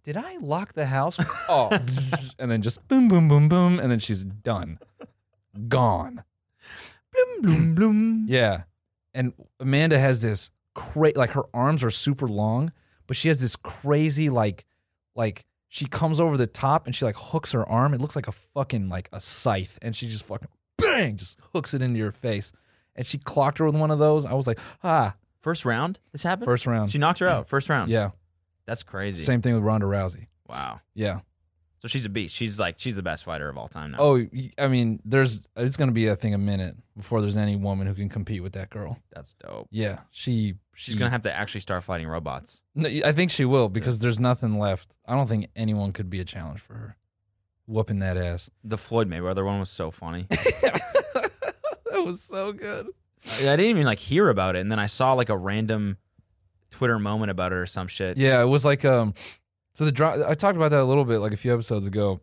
Speaker 3: Did I lock the house?" Oh, and then just boom boom boom boom and then she's done. Gone.
Speaker 2: bloom, bloom, bloom.
Speaker 3: Yeah. And Amanda has this cra- like her arms are super long, but she has this crazy like like she comes over the top and she like hooks her arm. It looks like a fucking like a scythe and she just fucking bang just hooks it into your face. And she clocked her with one of those. I was like, "Ah,
Speaker 2: First round? This happened?
Speaker 3: first round."
Speaker 2: She knocked her out. First round.
Speaker 3: yeah.
Speaker 2: That's crazy.
Speaker 3: Same thing with Ronda Rousey.
Speaker 2: Wow.
Speaker 3: Yeah.
Speaker 2: So she's a beast. She's like, she's the best fighter of all time now.
Speaker 3: Oh, y- I mean, there's it's going to be I think a minute before there's any woman who can compete with that girl.
Speaker 2: That's dope.
Speaker 3: Yeah. She
Speaker 2: She's
Speaker 3: Mm.
Speaker 2: going to have to actually start fighting robots.
Speaker 3: No, I think she will because there's nothing left. I don't think anyone could be a challenge for her. Whooping that ass.
Speaker 2: The Floyd Mayweather one was so funny.
Speaker 3: that was so good.
Speaker 2: I I didn't even like hear about it, and then I saw like a random Twitter moment about it or some shit.
Speaker 3: Yeah, it was like um So the dri I talked about that a little bit like a few episodes ago.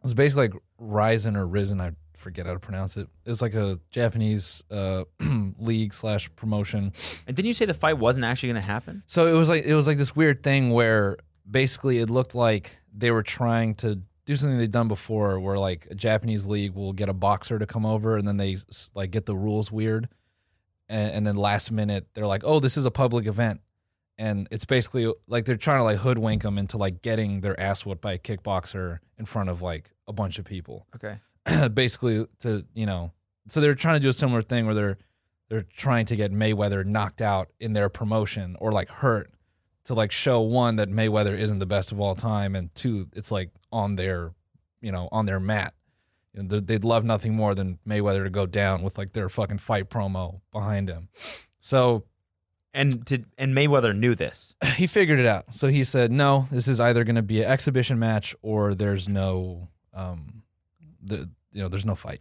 Speaker 3: It was basically like Ryzen or Risen. I forget how to pronounce it. It was like a Japanese uh, league slash promotion.
Speaker 2: And didn't you say the fight wasn't actually going to happen?
Speaker 3: So it was like it was like this weird thing where basically it looked like they were trying to do something they'd done before, where like a Japanese league will get a boxer to come over, and then they s- like get the rules weird, and, and then last minute they're like, oh, this is a public event, and it's basically like they're trying to like hoodwink them into like getting their ass whooped by a kickboxer in front of like a bunch of people.
Speaker 2: Okay.
Speaker 3: basically to you know so they're trying to do a similar thing where they're they're trying to get Mayweather knocked out in their promotion or like hurt to like show one that Mayweather isn't the best of all time and two it's like on their you know on their mat you know, they- they'd love nothing more than Mayweather to go down with like their fucking fight promo behind him so
Speaker 2: And to, and Mayweather knew this.
Speaker 3: he figured it out. So he said, "No, this is either going to be an exhibition match or there's no, um, the you know, there's no fight,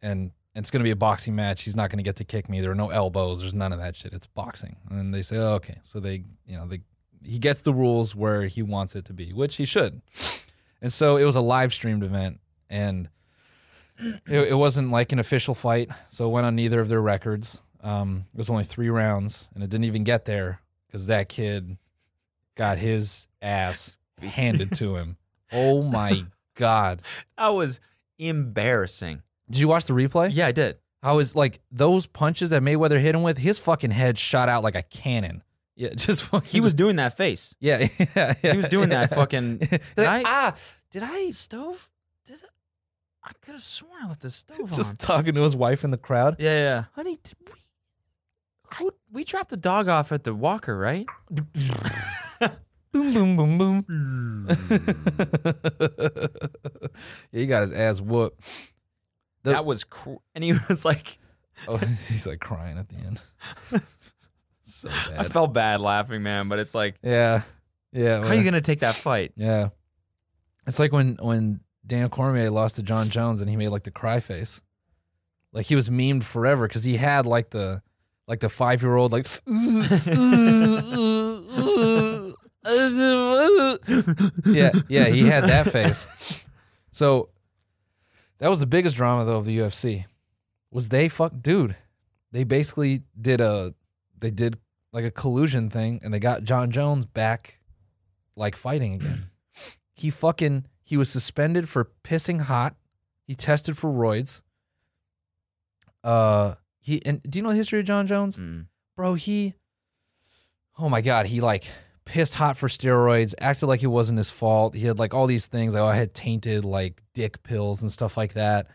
Speaker 3: and, and it's going to be a boxing match. He's not going to get to kick me. There are no elbows. There's none of that shit. It's boxing." And they say, oh, "Okay." So they, you know, they he gets the rules where he wants it to be, which he should. And so it was a live streamed event, and it, it wasn't like an official fight, so it went on neither of their records. Um, it was only three rounds, and it didn't even get there because that kid got his ass handed to him. Oh my god!
Speaker 2: That was embarrassing.
Speaker 3: Did you watch the replay?
Speaker 2: Yeah, I did.
Speaker 3: I was like those punches that Mayweather hit him with. His fucking head shot out like a cannon. Yeah, just fucking,
Speaker 2: He was doing that face.
Speaker 3: yeah, yeah,
Speaker 2: He was doing that
Speaker 3: yeah.
Speaker 2: fucking. Did I,
Speaker 3: Like, ah,
Speaker 2: did I stove? Did I, I could have sworn I left the stove
Speaker 3: just
Speaker 2: on.
Speaker 3: talking to his wife in the crowd.
Speaker 2: Yeah, yeah. Honey, did we? Who, we dropped the dog off at the walker, right?
Speaker 3: boom, boom, boom, boom. yeah, he got his ass whooped. The-
Speaker 2: that was cr- and he was like,
Speaker 3: Oh, he's like crying at the end. so
Speaker 2: I
Speaker 3: bad.
Speaker 2: felt bad Oh, laughing, man, but it's like,
Speaker 3: yeah, yeah.
Speaker 2: how are you gonna take that fight?
Speaker 3: yeah, it's like when when Daniel Cormier lost to John Jones and he made like the cry face, like he was memed forever because he had like the like the five year old like. yeah, yeah, he had that face. So that was the biggest drama though of the UFC. Was they fuck dude? They basically did a they did like a collusion thing and they got John Jones back like fighting again. he fucking he was suspended for pissing hot. He tested for roids. Uh he and do you know the history of John Jones?
Speaker 2: Mm.
Speaker 3: bro he oh my god he like pissed hot for steroids acted like it wasn't his fault he had like all these things like oh i had tainted like dick pills and stuff like that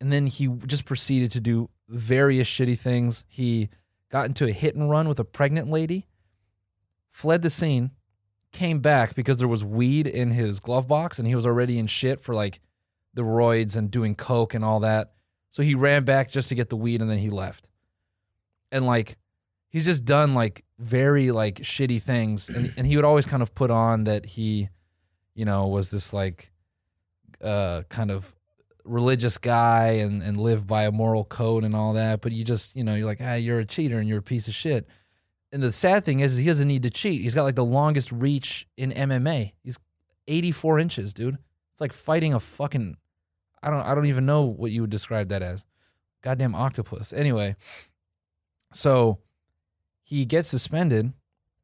Speaker 3: and then he just proceeded to do various shitty things he got into a hit and run with a pregnant lady fled the scene came back because there was weed in his glove box and he was already in shit for like the roids and doing coke and all that so he ran back just to get the weed and then he left and like he's just done like very like shitty things and, and he would always kind of put on that he you know was this like uh kind of religious guy and and lived by a moral code and all that but you just you know you're like ah you're a cheater and you're a piece of shit and the sad thing is, is he doesn't need to cheat he's got like the longest reach in mma he's 84 inches dude it's like fighting a fucking i don't i don't even know what you would describe that as goddamn octopus anyway so he gets suspended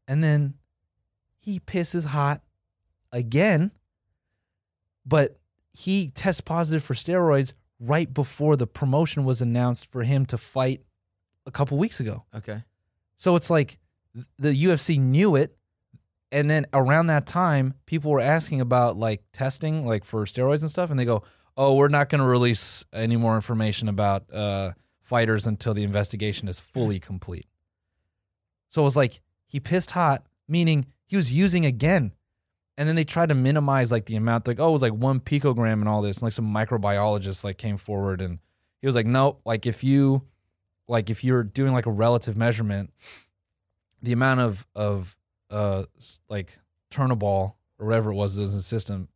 Speaker 3: and then he pisses hot again but he tests positive for steroids right before the promotion was announced for him to fight a couple weeks ago
Speaker 2: Okay.
Speaker 3: so it's like th- the UFC knew it. And then around that time, people were asking about like testing, like for steroids and stuff. And they go, oh, we're not going to release any more information about uh, fighters until the investigation is fully complete. So it was like he pissed hot, meaning he was using again. And then they tried to minimize like the amount, like, oh, it was like one picogram and all this. And like some microbiologist like came forward and he was like, nope, like if you like if you're doing like a relative measurement, the amount of of uh s- like turnaball or whatever it was that was in the system,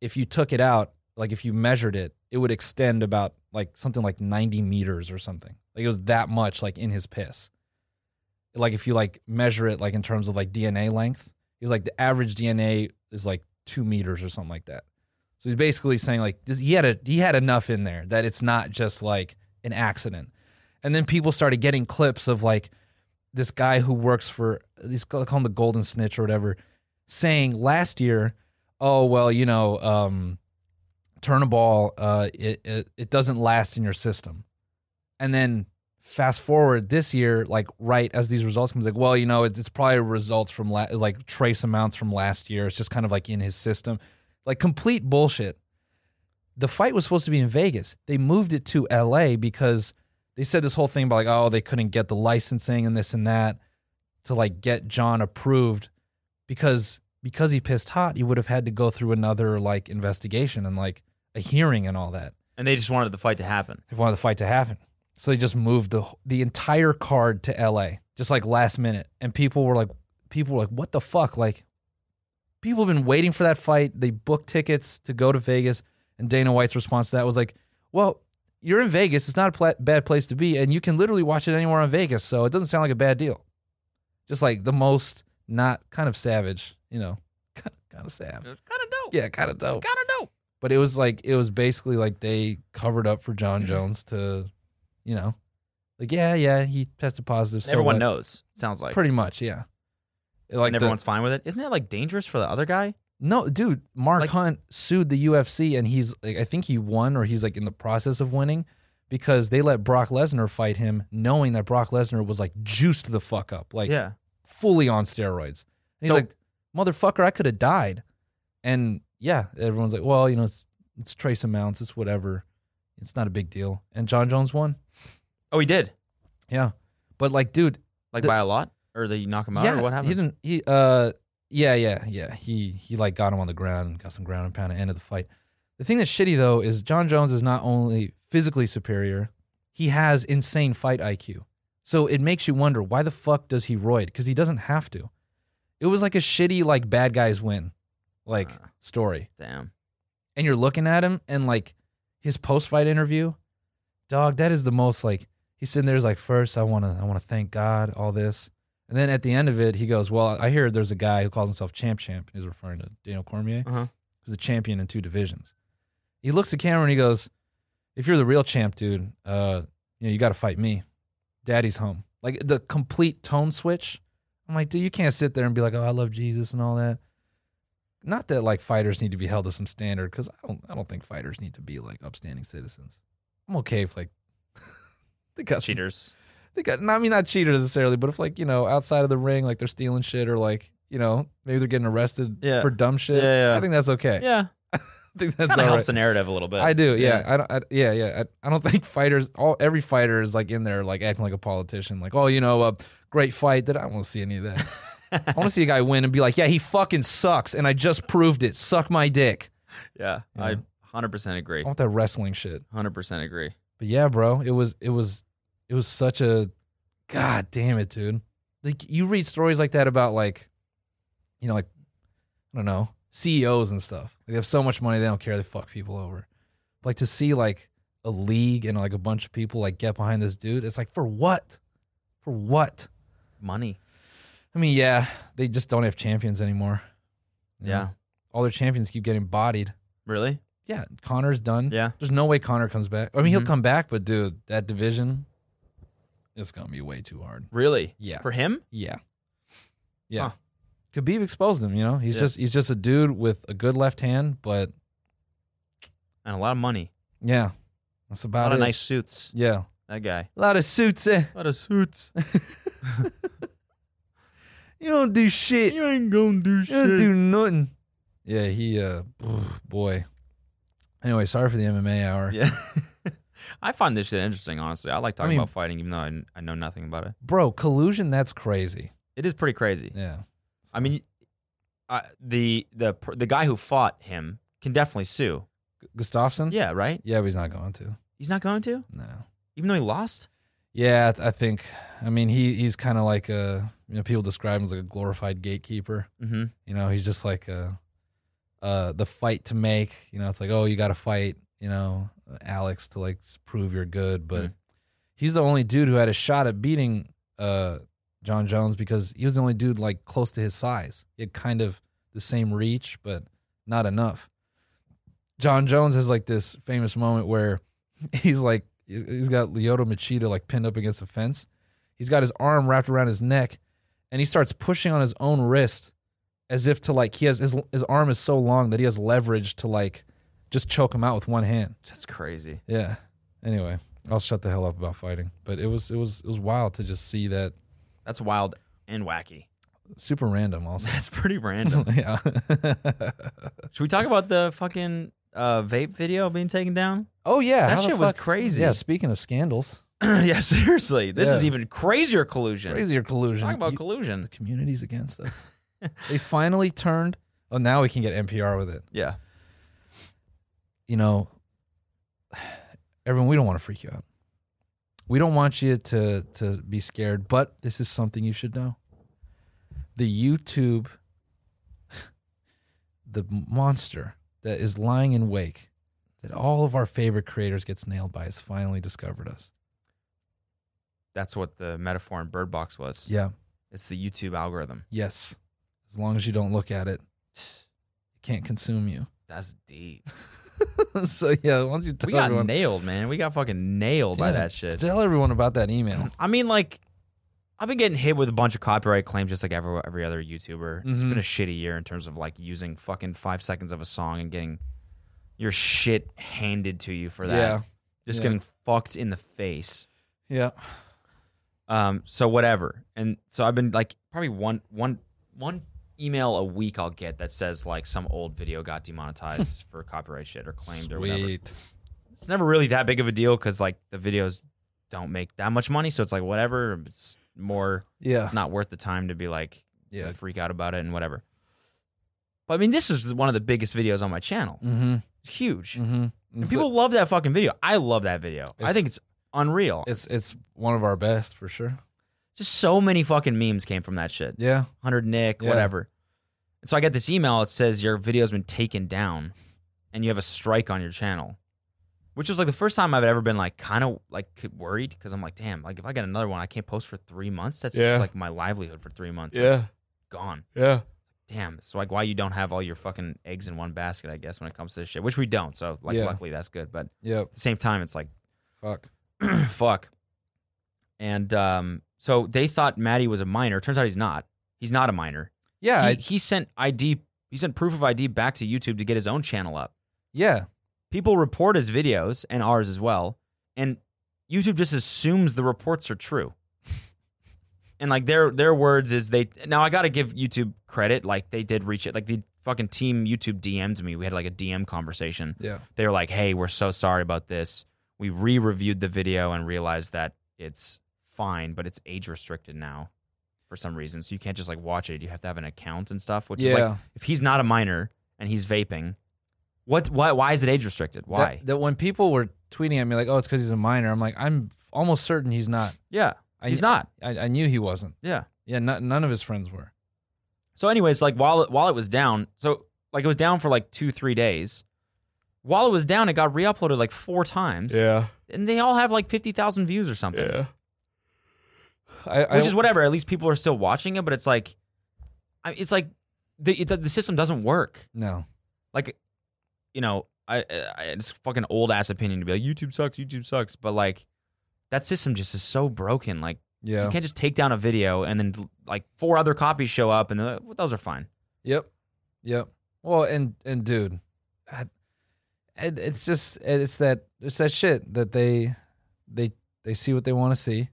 Speaker 3: if you took it out, like if you measured it, it would extend about like something like ninety meters or something. Like it was that much like in his piss. Like if you like measure it like in terms of like DNA length, he was like the average DNA is like two meters or something like that. So he's basically saying like this, he had a he had enough in there that it's not just like an accident. And then people started getting clips of like this guy who works for these call call him the golden snitch or whatever, saying last year, oh well, you know, um, turn a ball, uh, it, it it doesn't last in your system. And then fast forward this year, like right as these results comes, like well, you know, it's, it's probably results from la- like trace amounts from last year. It's just kind of like in his system, like complete bullshit. The fight was supposed to be in Vegas. They moved it to L.A. because they said this whole thing about like oh they couldn't get the licensing and this and that to like get John approved because because he pissed hot he would have had to go through another like investigation and like a hearing and all that
Speaker 2: and they just wanted the fight to happen.
Speaker 3: they wanted the fight to happen so they just moved the the entire card to LA just like last minute and people were like people were like what the fuck like people have been waiting for that fight they booked tickets to go to Vegas and Dana White's response to that was like well you're in Vegas it's not a pla- bad place to be and you can literally watch it anywhere in Vegas so it doesn't sound like a bad deal just like the most not kind of savage you know kind of, kind of savage
Speaker 2: Kind of dope.
Speaker 3: yeah kind of dope
Speaker 2: Kind of dope.
Speaker 3: but it was like it was basically like they covered up for
Speaker 2: Mm-hmm.
Speaker 3: John Jones to, you know, like yeah, yeah, he tested positive. So
Speaker 2: Everyone
Speaker 3: what?
Speaker 2: knows. Sounds like.
Speaker 3: pretty much, yeah. Like
Speaker 2: and
Speaker 3: the-
Speaker 2: everyone's fine with it. Isn't it like dangerous for the other guy?
Speaker 3: no, dude, Mark
Speaker 2: Like-
Speaker 3: Hunt sued the UFC and he's like, I think he won or he's like in the process of winning because they let Brock Lesnar fight him, knowing that Brock Lesnar was like juiced the fuck up, like
Speaker 2: yeah.
Speaker 3: fully on steroids. And he's
Speaker 2: So-
Speaker 3: like, motherfucker, I could have died. And yeah, everyone's like, well, you know, it's, it's trace amounts, it's whatever. It's not a big deal. And John Jones won.
Speaker 2: Oh, he did.
Speaker 3: Yeah. But like, dude,
Speaker 2: Like
Speaker 3: The-
Speaker 2: by a lot, or they knock him out,
Speaker 3: yeah,
Speaker 2: or what
Speaker 3: he
Speaker 2: happened?
Speaker 3: didn't, he, uh, yeah, yeah, yeah. He, he like got him on the ground, got some ground and pound and ended the fight. The thing that's shitty though is John Jones is not only physically superior, he has insane fight IQ. So it makes you wonder why the fuck does he roid? Because he doesn't have to. It was like a shitty like bad guys win, like
Speaker 2: Ah.
Speaker 3: story.
Speaker 2: Damn.
Speaker 3: And you're looking at him and like his post fight interview, dog. That is the most like he's sitting there. He's like, first I want to I want to thank God, all this, and then at the end of it he goes, well I hear there's a guy who calls himself Champ Champ. He's referring to Daniel Cormier
Speaker 2: Uh huh.
Speaker 3: who's a champion in two divisions. He looks at Cameron and he goes, "If you're the real champ, dude, uh, you know you got to fight me. Daddy's home." Like the complete tone switch. I'm like, dude, you can't sit there and be like, "Oh, I love Jesus" and all that. Not that like fighters need to be held to some standard because I don't, I don't think fighters need to be like upstanding citizens. I'm okay if like they got some
Speaker 2: Cheaters.
Speaker 3: they got I mean not cheaters necessarily, but if like, you know, outside of the ring, like they're stealing shit or like, you know, maybe they're getting arrested
Speaker 2: Yeah.
Speaker 3: for dumb shit.
Speaker 2: Yeah, yeah.
Speaker 3: I think that's okay.
Speaker 2: Yeah.
Speaker 3: I think that's
Speaker 2: Kind of
Speaker 3: all
Speaker 2: helps
Speaker 3: right.
Speaker 2: the narrative a little bit.
Speaker 3: I do, yeah. I don't I, yeah, yeah. I, I don't think fighters all every fighter is like in there like acting like a politician, like, oh, you know, uh, great fight that I don't want to see any of that. I want to see a guy win and be like, yeah, he fucking sucks and I just proved it. Suck my dick.
Speaker 2: Yeah.
Speaker 3: Yeah. Oh.
Speaker 2: I 100% agree.
Speaker 3: I want that wrestling shit.
Speaker 2: 100% agree.
Speaker 3: But yeah, bro, it was it was it was such a god damn it, dude. Like you read stories like that about like you know, like I don't know, CEOs and stuff. Like they have so much money they don't care, they fuck people over. Like to see like a league and like a bunch of people like get behind this dude, it's like for what? For what?
Speaker 2: Money.
Speaker 3: I mean, yeah, they just don't have champions anymore. You
Speaker 2: Yeah.
Speaker 3: know? All their champions keep getting bodied.
Speaker 2: Really?
Speaker 3: Yeah, Connor's done.
Speaker 2: Yeah.
Speaker 3: There's no way Connor comes back. I mean, he'll
Speaker 2: Mhm.
Speaker 3: come back, but dude, that division, it's gonna be way too hard.
Speaker 2: Really?
Speaker 3: Yeah,
Speaker 2: For him?
Speaker 3: yeah, yeah.
Speaker 2: Huh.
Speaker 3: Khabib exposed him. You know, he's
Speaker 2: Yeah.
Speaker 3: just he's just a dude with a good left hand, but
Speaker 2: And a lot of money.
Speaker 3: yeah, that's
Speaker 2: A
Speaker 3: about
Speaker 2: lot
Speaker 3: it.
Speaker 2: of nice suits.
Speaker 3: yeah,
Speaker 2: That guy.
Speaker 3: a lot of suits. Eh?
Speaker 2: A lot of suits.
Speaker 3: You don't do shit. You
Speaker 2: ain't gonna do
Speaker 3: don't do nothing. Yeah, he uh, boy. Anyway, sorry for the MMA hour,
Speaker 2: Yeah. I find this shit interesting, honestly. I like talking
Speaker 3: mean-
Speaker 2: about fighting, even though I, kn- I know nothing about it.
Speaker 3: bro. Collusion, that's crazy.
Speaker 2: It is pretty crazy.
Speaker 3: Yeah,
Speaker 2: I mean, I, the the per- the guy who fought him can definitely sue.
Speaker 3: Gustafsson.
Speaker 2: Yeah, right.
Speaker 3: yeah, but he's not going to.
Speaker 2: He's not going to,
Speaker 3: No.
Speaker 2: even though he lost.
Speaker 3: Yeah, I th- I think. I mean, he he's kind of like a you know people describe him as like a glorified gatekeeper.
Speaker 2: Mm-hmm.
Speaker 3: You know, he's just like a, uh, the fight to make. You know, it's like oh, you got to fight. You know, Alex to like s- prove you're good, but
Speaker 2: Mhm.
Speaker 3: he's the only dude who had a shot at beating uh John Jones because he was the only dude like close to his size. He had kind of the same reach, but not enough. John Jones has like this famous moment where he's like he's got Lyoto Machida like pinned up against the fence. He's got his arm wrapped around his neck, and he starts pushing on his own wrist as if to like he has his his arm is so long that he has leverage to like just choke him out with one hand.
Speaker 2: That's crazy.
Speaker 3: Yeah. Anyway, I'll shut the hell up about fighting. But it was it was it was wild to just see that
Speaker 2: That's wild and wacky.
Speaker 3: super random also.
Speaker 2: That's pretty random.
Speaker 3: yeah.
Speaker 2: Should we talk about the fucking uh, vape video being taken down?
Speaker 3: oh yeah.
Speaker 2: That
Speaker 3: how the
Speaker 2: shit was
Speaker 3: fuck-
Speaker 2: crazy.
Speaker 3: Yeah, speaking of scandals.
Speaker 2: yeah, seriously. This is
Speaker 3: Yeah.
Speaker 2: even crazier collusion.
Speaker 3: Crazier collusion.
Speaker 2: Talk about
Speaker 3: You-
Speaker 2: collusion.
Speaker 3: the community's against us. they finally turned oh now we can get NPR with it.
Speaker 2: Yeah.
Speaker 3: You know, everyone, we don't want to freak you out. We don't want you to to be scared, but this is something you should know. The YouTube the monster that is lying in wake that all of our favorite creators gets nailed by has finally discovered us.
Speaker 2: That's what the metaphor in Bird Box was.
Speaker 3: Yeah.
Speaker 2: It's the YouTube algorithm.
Speaker 3: Yes. As long as you don't look at it, it can't consume you.
Speaker 2: That's deep.
Speaker 3: so yeah, why don't you tell
Speaker 2: We got
Speaker 3: everyone?
Speaker 2: nailed, man. We got fucking nailed by
Speaker 3: Yeah.
Speaker 2: that shit.
Speaker 3: Tell everyone about that email.
Speaker 2: I mean, like, I've been getting hit with a bunch of copyright claims, just like every every other YouTuber. It's been
Speaker 3: Mhm.
Speaker 2: a shitty year in terms of like using fucking five seconds of a song and getting your shit handed to you for that.
Speaker 3: Yeah.
Speaker 2: Just
Speaker 3: Yeah.
Speaker 2: getting fucked in the face.
Speaker 3: Yeah.
Speaker 2: Um. So whatever. And so I've been like probably one one one email a week I'll get that says like some old video got demonetized for copyright shit or claimed or whatever
Speaker 3: Sweet.
Speaker 2: it's never really that big of a deal because like the videos don't make that much money, so it's like whatever. It's more.
Speaker 3: Yeah.
Speaker 2: It's not worth the time to be like yeah.
Speaker 3: Yeah.
Speaker 2: freak out about it and whatever. But I mean, this is one of the biggest videos on my channel.
Speaker 3: Mm-hmm.
Speaker 2: It's huge.
Speaker 3: Mm-hmm.
Speaker 2: And
Speaker 3: It's,
Speaker 2: people love that fucking video. I love that video. I
Speaker 3: It's-
Speaker 2: think it's unreal.
Speaker 3: it's it's one of our best for sure.
Speaker 2: just so many fucking memes came from that shit.
Speaker 3: Yeah.
Speaker 2: Hundred Nick,
Speaker 3: Yeah.
Speaker 2: whatever. And so I get this email. It says your video's been taken down, and you have a strike on your channel, which was like the first time I've ever been like kind of like worried because I'm like, damn, like if I get another one, I can't post for three months. That's
Speaker 3: Yeah.
Speaker 2: just like my livelihood for three months.
Speaker 3: Yeah.
Speaker 2: That's gone.
Speaker 3: Yeah.
Speaker 2: Damn. So like, why you don't have all your fucking eggs in one basket? I guess when it comes to this shit, which we don't. So like,
Speaker 3: Yeah.
Speaker 2: luckily that's good. But at
Speaker 3: Yep.
Speaker 2: the same time, it's like.
Speaker 3: Fuck.
Speaker 2: fuck. And um, so they thought Maddie was a minor. Turns out he's not. He's not a minor.
Speaker 3: Yeah.
Speaker 2: he,
Speaker 3: I-
Speaker 2: he sent ID. He sent proof of ID back to YouTube to get his own channel up.
Speaker 3: yeah.
Speaker 2: People report his videos and ours as well, and YouTube just assumes the reports are true. and like their their words is they now I got to give YouTube credit. Like they did reach it. Like the fucking team YouTube DM'd me. We had like a DM conversation
Speaker 3: Yeah.
Speaker 2: they were like, "Hey, we're so sorry about this. We re-reviewed the video and realized that it's fine, but it's age restricted now for some reason. So you can't just like watch it. You have to have an account and stuff, which is like
Speaker 3: Yeah.
Speaker 2: if he's not a minor and he's vaping, what why why is it age restricted? Why?
Speaker 3: That, that when people were tweeting at me like, "Oh, it's because he's a minor," I'm like, I'm almost certain he's not.
Speaker 2: yeah.
Speaker 3: I,
Speaker 2: he's not.
Speaker 3: I, I knew he wasn't.
Speaker 2: Yeah.
Speaker 3: Yeah. Not, none of his friends were.
Speaker 2: So, anyways, like while it, while it was down, so like it was down for like two three days. While it was down, it got re-uploaded like four times,
Speaker 3: Yeah.
Speaker 2: and they all have like fifty thousand views or something.
Speaker 3: I, I
Speaker 2: which is whatever. At least people are still watching it, but it's like, I, it's like the it, the system doesn't work.
Speaker 3: no.
Speaker 2: Like, you know, I, I it's fucking old ass opinion to be like YouTube sucks, YouTube sucks, but like that system just is so broken. Like you
Speaker 3: Yeah.
Speaker 2: can't just take down a video and then like four other copies show up and they're like, well, those are fine.
Speaker 3: Yep. Yep. Well, and and dude, I, it, it's just it's that it's that shit that they they they see what they want to see,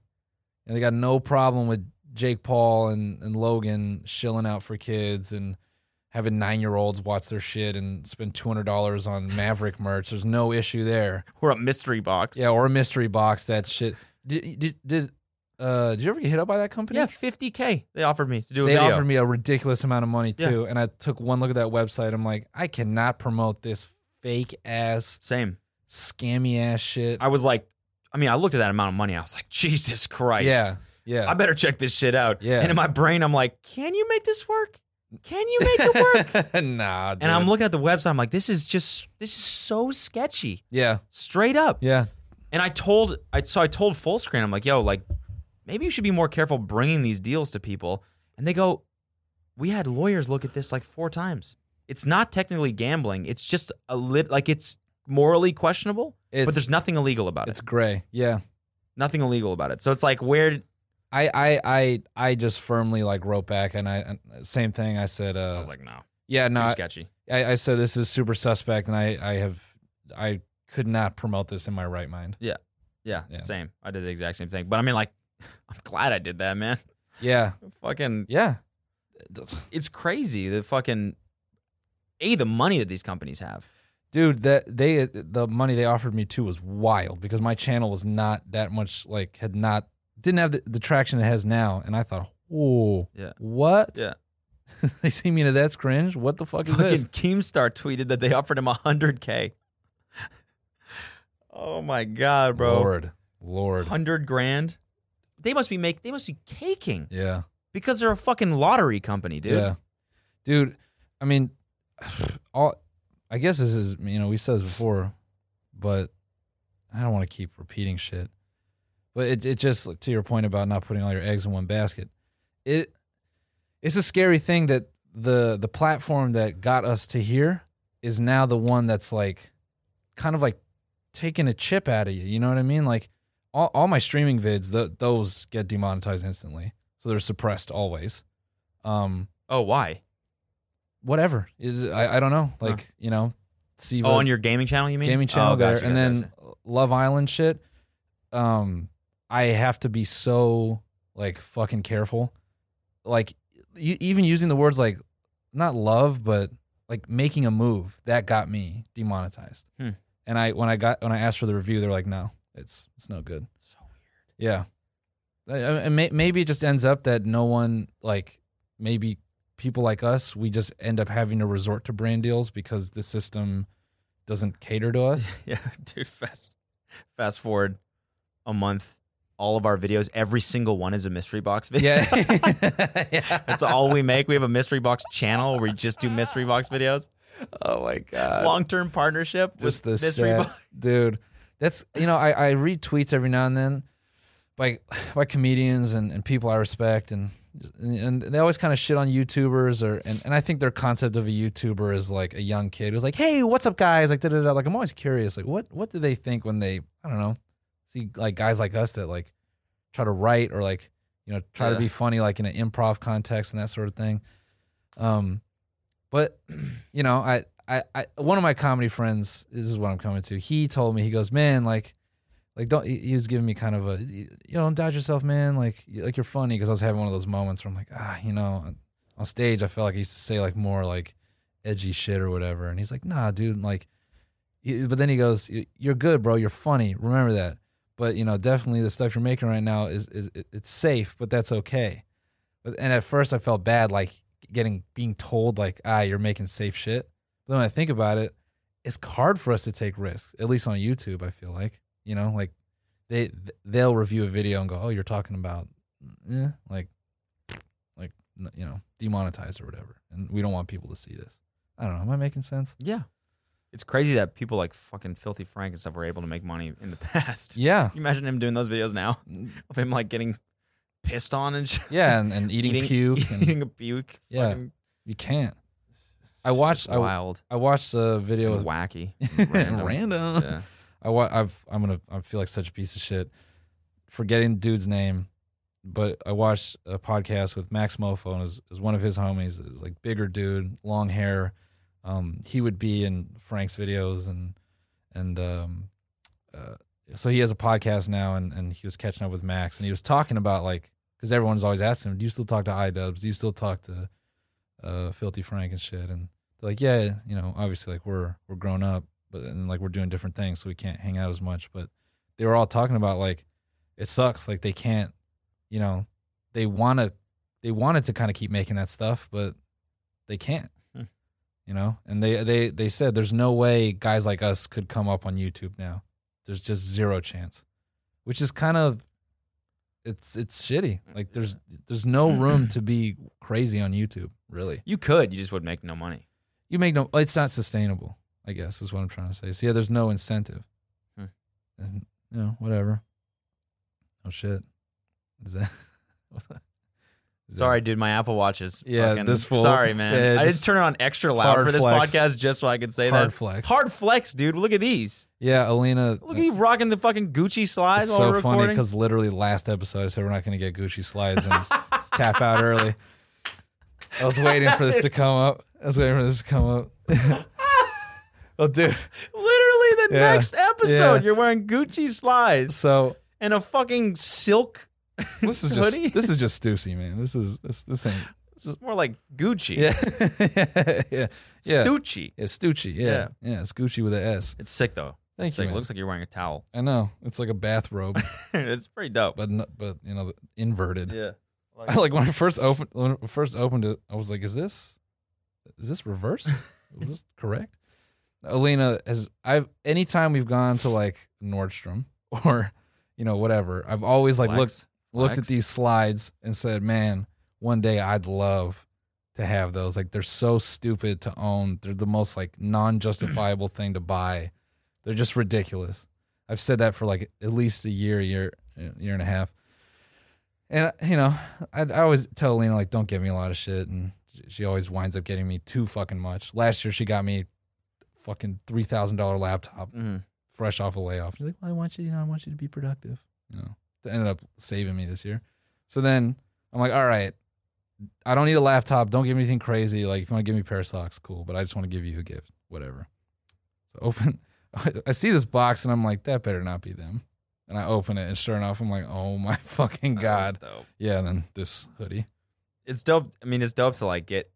Speaker 3: and they got no problem with Jake Paul and and Logan shilling out for kids and having nine year olds watch their shit and spend two hundred dollars on Maverick merch. There's no issue there.
Speaker 2: Or a mystery box.
Speaker 3: Yeah, or a mystery box. That shit. Did did did uh did you ever get hit up by that company?
Speaker 2: yeah, fifty k they offered me to do a
Speaker 3: they
Speaker 2: video.
Speaker 3: offered me a ridiculous amount of money
Speaker 2: Yeah.
Speaker 3: too and i took one look at that website i'm like i cannot promote this fake ass
Speaker 2: Same.
Speaker 3: scammy ass shit
Speaker 2: I was like, I mean, I looked at that amount of money. I was like, Jesus Christ.
Speaker 3: yeah yeah
Speaker 2: I better check this shit out.
Speaker 3: Yeah.
Speaker 2: And in my brain, I'm like, can you make this work? Can you make it work?
Speaker 3: nah dude.
Speaker 2: and I'm looking at the website. I'm like, this is just this is so sketchy,
Speaker 3: yeah
Speaker 2: straight up.
Speaker 3: yeah
Speaker 2: And I told I so I told full screen. I'm like, yo, like maybe you should be more careful bringing these deals to people. And they go, We had lawyers look at this like four times. It's not technically gambling. It's just a lit like it's morally questionable, but
Speaker 3: It's-
Speaker 2: there's nothing illegal about
Speaker 3: It's
Speaker 2: it.
Speaker 3: gray. Yeah.
Speaker 2: Nothing illegal about it. So it's like where
Speaker 3: I I I I just firmly like wrote back and I and same thing I said uh
Speaker 2: I was like, no,
Speaker 3: yeah no
Speaker 2: too
Speaker 3: I,
Speaker 2: sketchy.
Speaker 3: I I said this is super suspect and I I have I could not promote this in my right mind.
Speaker 2: Yeah,
Speaker 3: Yeah.
Speaker 2: same. I did the exact same thing. But I mean, like, I'm glad I did that, man.
Speaker 3: Yeah.
Speaker 2: Fucking
Speaker 3: Yeah.
Speaker 2: it's crazy the fucking a the money that these companies have.
Speaker 3: Dude, that they the money they offered me too was wild because my channel was not that much like had not didn't have the, the traction it has now and I thought, "Oh,
Speaker 2: Yeah.
Speaker 3: What?
Speaker 2: Yeah.
Speaker 3: they see me into that's cringe. What the fuck is this?"
Speaker 2: Fucking Keemstar tweeted that they offered him hundred k. Oh my god, bro!
Speaker 3: Lord. Lord.
Speaker 2: Hundred grand. They must be make. They must be caking
Speaker 3: Yeah.
Speaker 2: because they're a fucking lottery company, dude.
Speaker 3: Yeah. Dude, I mean, all I guess this is, you know, we've said this before, but I don't want to keep repeating shit. But it it just like, to your point about not putting all your eggs in one basket. It it's a scary thing that the the platform that got us to here is now the one that's like kind of like taking a chip out of you, you know what I mean? Like all, all my streaming vids, th those get demonetized instantly. So they're suppressed always. Um,
Speaker 2: Oh, why?
Speaker 3: whatever. It- I, I don't know. Like, you know, see
Speaker 2: Oh, on your gaming channel, you mean?
Speaker 3: gaming channel
Speaker 2: Oh,
Speaker 3: there.
Speaker 2: gotcha,
Speaker 3: and
Speaker 2: gotcha,
Speaker 3: then
Speaker 2: gotcha.
Speaker 3: Love Island shit. Um, I have to be so like fucking careful. Like e- even using the words like not love, but like making a move that got me demonetized.
Speaker 2: Hmm.
Speaker 3: And I, when I got, when I asked for the review, they're like, no, it's, it's no good.
Speaker 2: So
Speaker 3: Yeah. I- I- And may- maybe it just ends up that no one, like, maybe people like us, we just end up having to resort to brand deals because the system doesn't cater to us.
Speaker 2: yeah, dude. Fast, fast forward a month. All of our videos, every single one is a mystery box video.
Speaker 3: yeah.
Speaker 2: That's all we make. We have a mystery box channel where we just do mystery box videos.
Speaker 3: Oh my God.
Speaker 2: Long term partnership
Speaker 3: just the
Speaker 2: with mystery
Speaker 3: sad-
Speaker 2: box.
Speaker 3: dude. That's you know I, I read tweets every now and then, by by comedians and, and people I respect and and they always kind of shit on YouTubers or and, and I think their concept of a YouTuber is like a young kid who's like hey what's up guys like da da da like I'm always curious like what what do they think when they I don't know see like guys like us that like try to write or like you know try to
Speaker 2: Yeah.
Speaker 3: be funny like in an improv context and that sort of thing um but you know I, I i one of my comedy friends this is what i'm coming to he told me he goes man like like don't he he was giving me kind of a you know don't doubt yourself man like you- like you're funny because i was having one of those moments where i'm like ah you know on- on stage i felt like i used to say like more like edgy shit or whatever and he's like nah dude like he- but then he goes "You- you're good bro you're funny remember that but you know definitely the stuff you're making right now is, is it- it's safe but that's okay but, and at first i felt bad like getting being told like ah you're making safe shit but then when i think about it it's hard for us to take risks at least on youtube i feel like you know like they they'll review a video and go oh you're talking about eh, like like n- you know demonetized or whatever and we don't want people to see this i don't know am i making sense
Speaker 2: Yeah. It's crazy that people like fucking Filthy Frank and stuff were able to make money in the past.
Speaker 3: yeah
Speaker 2: Can you imagine him doing those videos now of him like getting pissed on and shit.
Speaker 3: yeah and, and eating, puke and
Speaker 2: eating a puke.
Speaker 3: Yeah.
Speaker 2: Fucking
Speaker 3: you can't i watched I,
Speaker 2: wild,
Speaker 3: I watched a video
Speaker 2: and
Speaker 3: with
Speaker 2: wacky,
Speaker 3: Random.
Speaker 2: Yeah.
Speaker 3: I wa- I've I'm gonna I feel like such a piece of shit, forgetting dude's name, but I watched a podcast with Max Mofo and is is one of his homies. It was like bigger dude, long hair. Um, he would be in Frank's videos and and um, uh, so he has a podcast now and and he was catching up with Max and he was talking about like because everyone's always asking him, do you still talk to iDubbbz? Do you still talk to uh, Filthy Frank and shit? And they're like, yeah, you know, obviously like we're we're grown up but and like we're doing different things, so we can't hang out as much. But they were all talking about like it sucks, like they can't, you know, they wanna they wanted to kind of keep making that stuff, but they can't,
Speaker 2: Hmm.
Speaker 3: you know. And they they they said there's no way guys like us could come up on YouTube now. There's just zero chance, which is kind of it's it's shitty. Like there's there's no room to be crazy on YouTube, really.
Speaker 2: You could, you just would make no money.
Speaker 3: You make no. It's not sustainable. I guess is what I'm trying to say. So yeah, there's no incentive.
Speaker 2: Hmm.
Speaker 3: And you know, whatever. Oh shit. Is that?
Speaker 2: Sorry, dude. My Apple Watch is
Speaker 3: Yeah,
Speaker 2: fucking-
Speaker 3: this fool.
Speaker 2: Sorry, man.
Speaker 3: Yeah,
Speaker 2: I
Speaker 3: just
Speaker 2: just turned it on extra loud
Speaker 3: hard
Speaker 2: for this
Speaker 3: flex.
Speaker 2: podcast just so I could say
Speaker 3: Hard
Speaker 2: that.
Speaker 3: flex.
Speaker 2: Hard flex, dude. Look at these.
Speaker 3: Yeah, Alina.
Speaker 2: Look at you rocking the fucking Gucci slides
Speaker 3: It's
Speaker 2: while
Speaker 3: so
Speaker 2: we're
Speaker 3: funny
Speaker 2: recording.
Speaker 3: because literally last episode I said we're not going to get Gucci slides and tap out early. I was waiting for this to come up. I was waiting for this to come up. well, dude.
Speaker 2: Literally the
Speaker 3: Yeah.
Speaker 2: next episode,
Speaker 3: Yeah.
Speaker 2: you're wearing Gucci slides
Speaker 3: So
Speaker 2: and a fucking silk.
Speaker 3: this is just
Speaker 2: hoodie?
Speaker 3: this is just Stussy, man. This is this this ain't.
Speaker 2: This is more like Gucci.
Speaker 3: Yeah, yeah, yeah. Yeah,
Speaker 2: Stucci.
Speaker 3: Stucci. Yeah. yeah,
Speaker 2: Yeah.
Speaker 3: It's Gucci with an S.
Speaker 2: It's sick though.
Speaker 3: Thank
Speaker 2: it's
Speaker 3: you,
Speaker 2: sick.
Speaker 3: man.
Speaker 2: looks like you're wearing a towel.
Speaker 3: I know it's like a bathrobe,
Speaker 2: it's pretty dope.
Speaker 3: but no, but you know inverted.
Speaker 2: Yeah.
Speaker 3: I like when I first opened when I first opened it, I was like, "Is this is this reversed? is this correct?" Alina has I've anytime we've gone to like Nordstrom or you know whatever, I've always like looked
Speaker 2: Flex.
Speaker 3: looked at
Speaker 2: Flex.
Speaker 3: these slides and said, "Man, one day I'd love to have those. Like they're so stupid to own. They're the most like non-justifiable thing to buy. They're just ridiculous." I've said that for like at least a year, year, year and a half. And you know, I, I always tell Alina like, "Don't give me a lot of shit," and she- she always winds up getting me too fucking much. Last year, she got me fucking three thousand dollar laptop
Speaker 2: Mhm.
Speaker 3: fresh off a layoff. She's like, well, I want you, you know, I want you to be productive. You know, it ended up saving me this year. So then I'm like, all right, I don't need a laptop. Don't give me anything crazy. Like if you want to give me a pair of socks, cool. But I just want to give you a gift, whatever. So open, I see this box and I'm like, that better not be them. And I open it and sure enough, I'm like, oh my fucking
Speaker 2: That
Speaker 3: god.
Speaker 2: was dope.
Speaker 3: Yeah. And then this hoodie.
Speaker 2: It's dope. I mean, it's dope to like get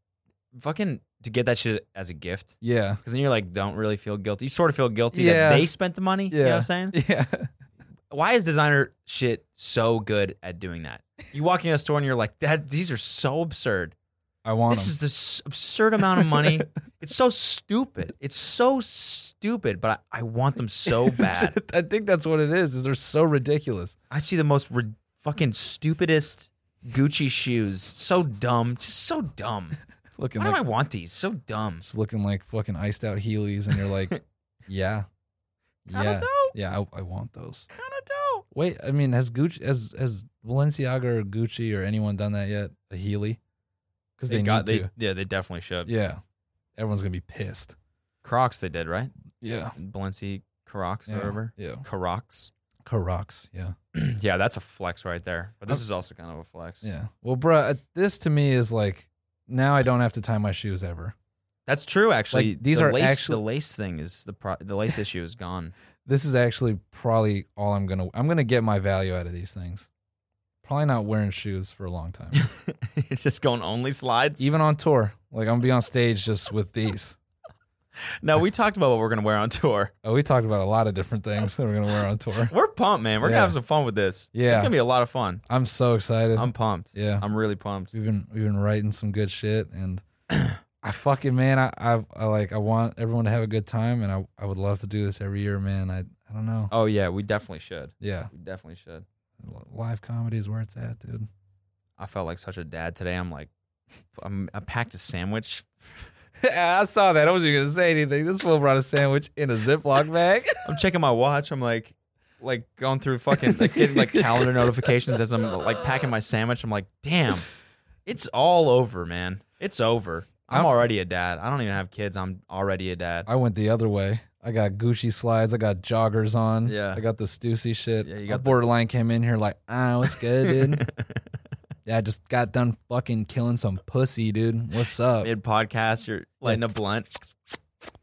Speaker 2: fucking to get that shit as a gift.
Speaker 3: Yeah.
Speaker 2: Because then you're like, don't really feel guilty. You sort of feel guilty
Speaker 3: Yeah.
Speaker 2: that they spent the money. You know
Speaker 3: Yeah.
Speaker 2: what I'm saying?
Speaker 3: Yeah.
Speaker 2: Why is designer shit so good at doing that? You walk in a store and you're like, that these are so absurd.
Speaker 3: I want
Speaker 2: This
Speaker 3: them.
Speaker 2: is this absurd amount of money. it's so stupid. It's so stupid, but I, I want them so bad.
Speaker 3: I think that's what it is. Is they're so ridiculous.
Speaker 2: I see the most rid fucking stupidest Gucci shoes. So dumb. Just so dumb.
Speaker 3: Looking
Speaker 2: Why
Speaker 3: like
Speaker 2: do I want these? So dumb.
Speaker 3: just looking like fucking iced out Heelys, and you're like, yeah,
Speaker 2: Kinda
Speaker 3: yeah,
Speaker 2: dope.
Speaker 3: yeah, I, I want those.
Speaker 2: Kind of dope.
Speaker 3: Wait, I mean, has Gucci, has has Balenciaga or Gucci or anyone done that yet? A Heely? Because they, need to.
Speaker 2: yeah, they definitely should.
Speaker 3: yeah, everyone's gonna be pissed.
Speaker 2: Crocs they did, right?
Speaker 3: Yeah,
Speaker 2: Balenci Crocs
Speaker 3: yeah.
Speaker 2: or whatever.
Speaker 3: Yeah,
Speaker 2: Crocs.
Speaker 3: Corox. Yeah,
Speaker 2: yeah, that's a flex right there. But this is also kind of a flex.
Speaker 3: Uh, yeah. Well, bruh, uh, this to me is like now I don't have to tie my shoes ever.
Speaker 2: That's true actually.
Speaker 3: Like, these
Speaker 2: the
Speaker 3: are
Speaker 2: lace,
Speaker 3: actually-
Speaker 2: the lace thing is the pro- the lace issue is gone.
Speaker 3: This is actually probably all I'm gonna. I'm gonna get my value out of these things. Probably not wearing shoes for a long time.
Speaker 2: it's just going only slides.
Speaker 3: even on tour. Like I'm gonna be on stage just with these.
Speaker 2: no, we talked about what we're gonna wear on tour.
Speaker 3: Oh, we talked about a lot of different things that we're gonna wear on tour.
Speaker 2: We're pumped, man. We're
Speaker 3: Yeah.
Speaker 2: gonna have some fun with this.
Speaker 3: Yeah.
Speaker 2: It's gonna be a lot of fun.
Speaker 3: I'm so excited.
Speaker 2: I'm pumped.
Speaker 3: yeah,
Speaker 2: I'm really pumped.
Speaker 3: we've been we've been writing some good shit, and I fucking man, I, I I like I want everyone to have a good time, and I I would love to do this every year, man. I I don't know.
Speaker 2: Oh yeah, we definitely should.
Speaker 3: Yeah,
Speaker 2: We definitely should.
Speaker 3: L- live comedy is where it's at, dude.
Speaker 2: I felt like such a dad today. I'm like, I'm, I packed a sandwich.
Speaker 3: I saw that. I wasn't gonna say anything. This fool brought a sandwich in a Ziploc bag.
Speaker 2: I'm checking my watch. I'm like, like going through fucking like getting like calendar notifications as I'm like packing my sandwich. I'm like, damn, it's all over, man. It's over. I'm
Speaker 3: I'm-
Speaker 2: already a dad. I don't even have kids. I'm already a dad.
Speaker 3: I went the other way. I got Gucci slides. I got joggers on.
Speaker 2: Yeah.
Speaker 3: I got the Stussy shit.
Speaker 2: Yeah, you
Speaker 3: My
Speaker 2: got the-
Speaker 3: borderline came in here like, ah, what's good, dude? yeah, I just got done fucking killing some pussy, dude. What's up?
Speaker 2: Mid podcast, you're lighting a blunt.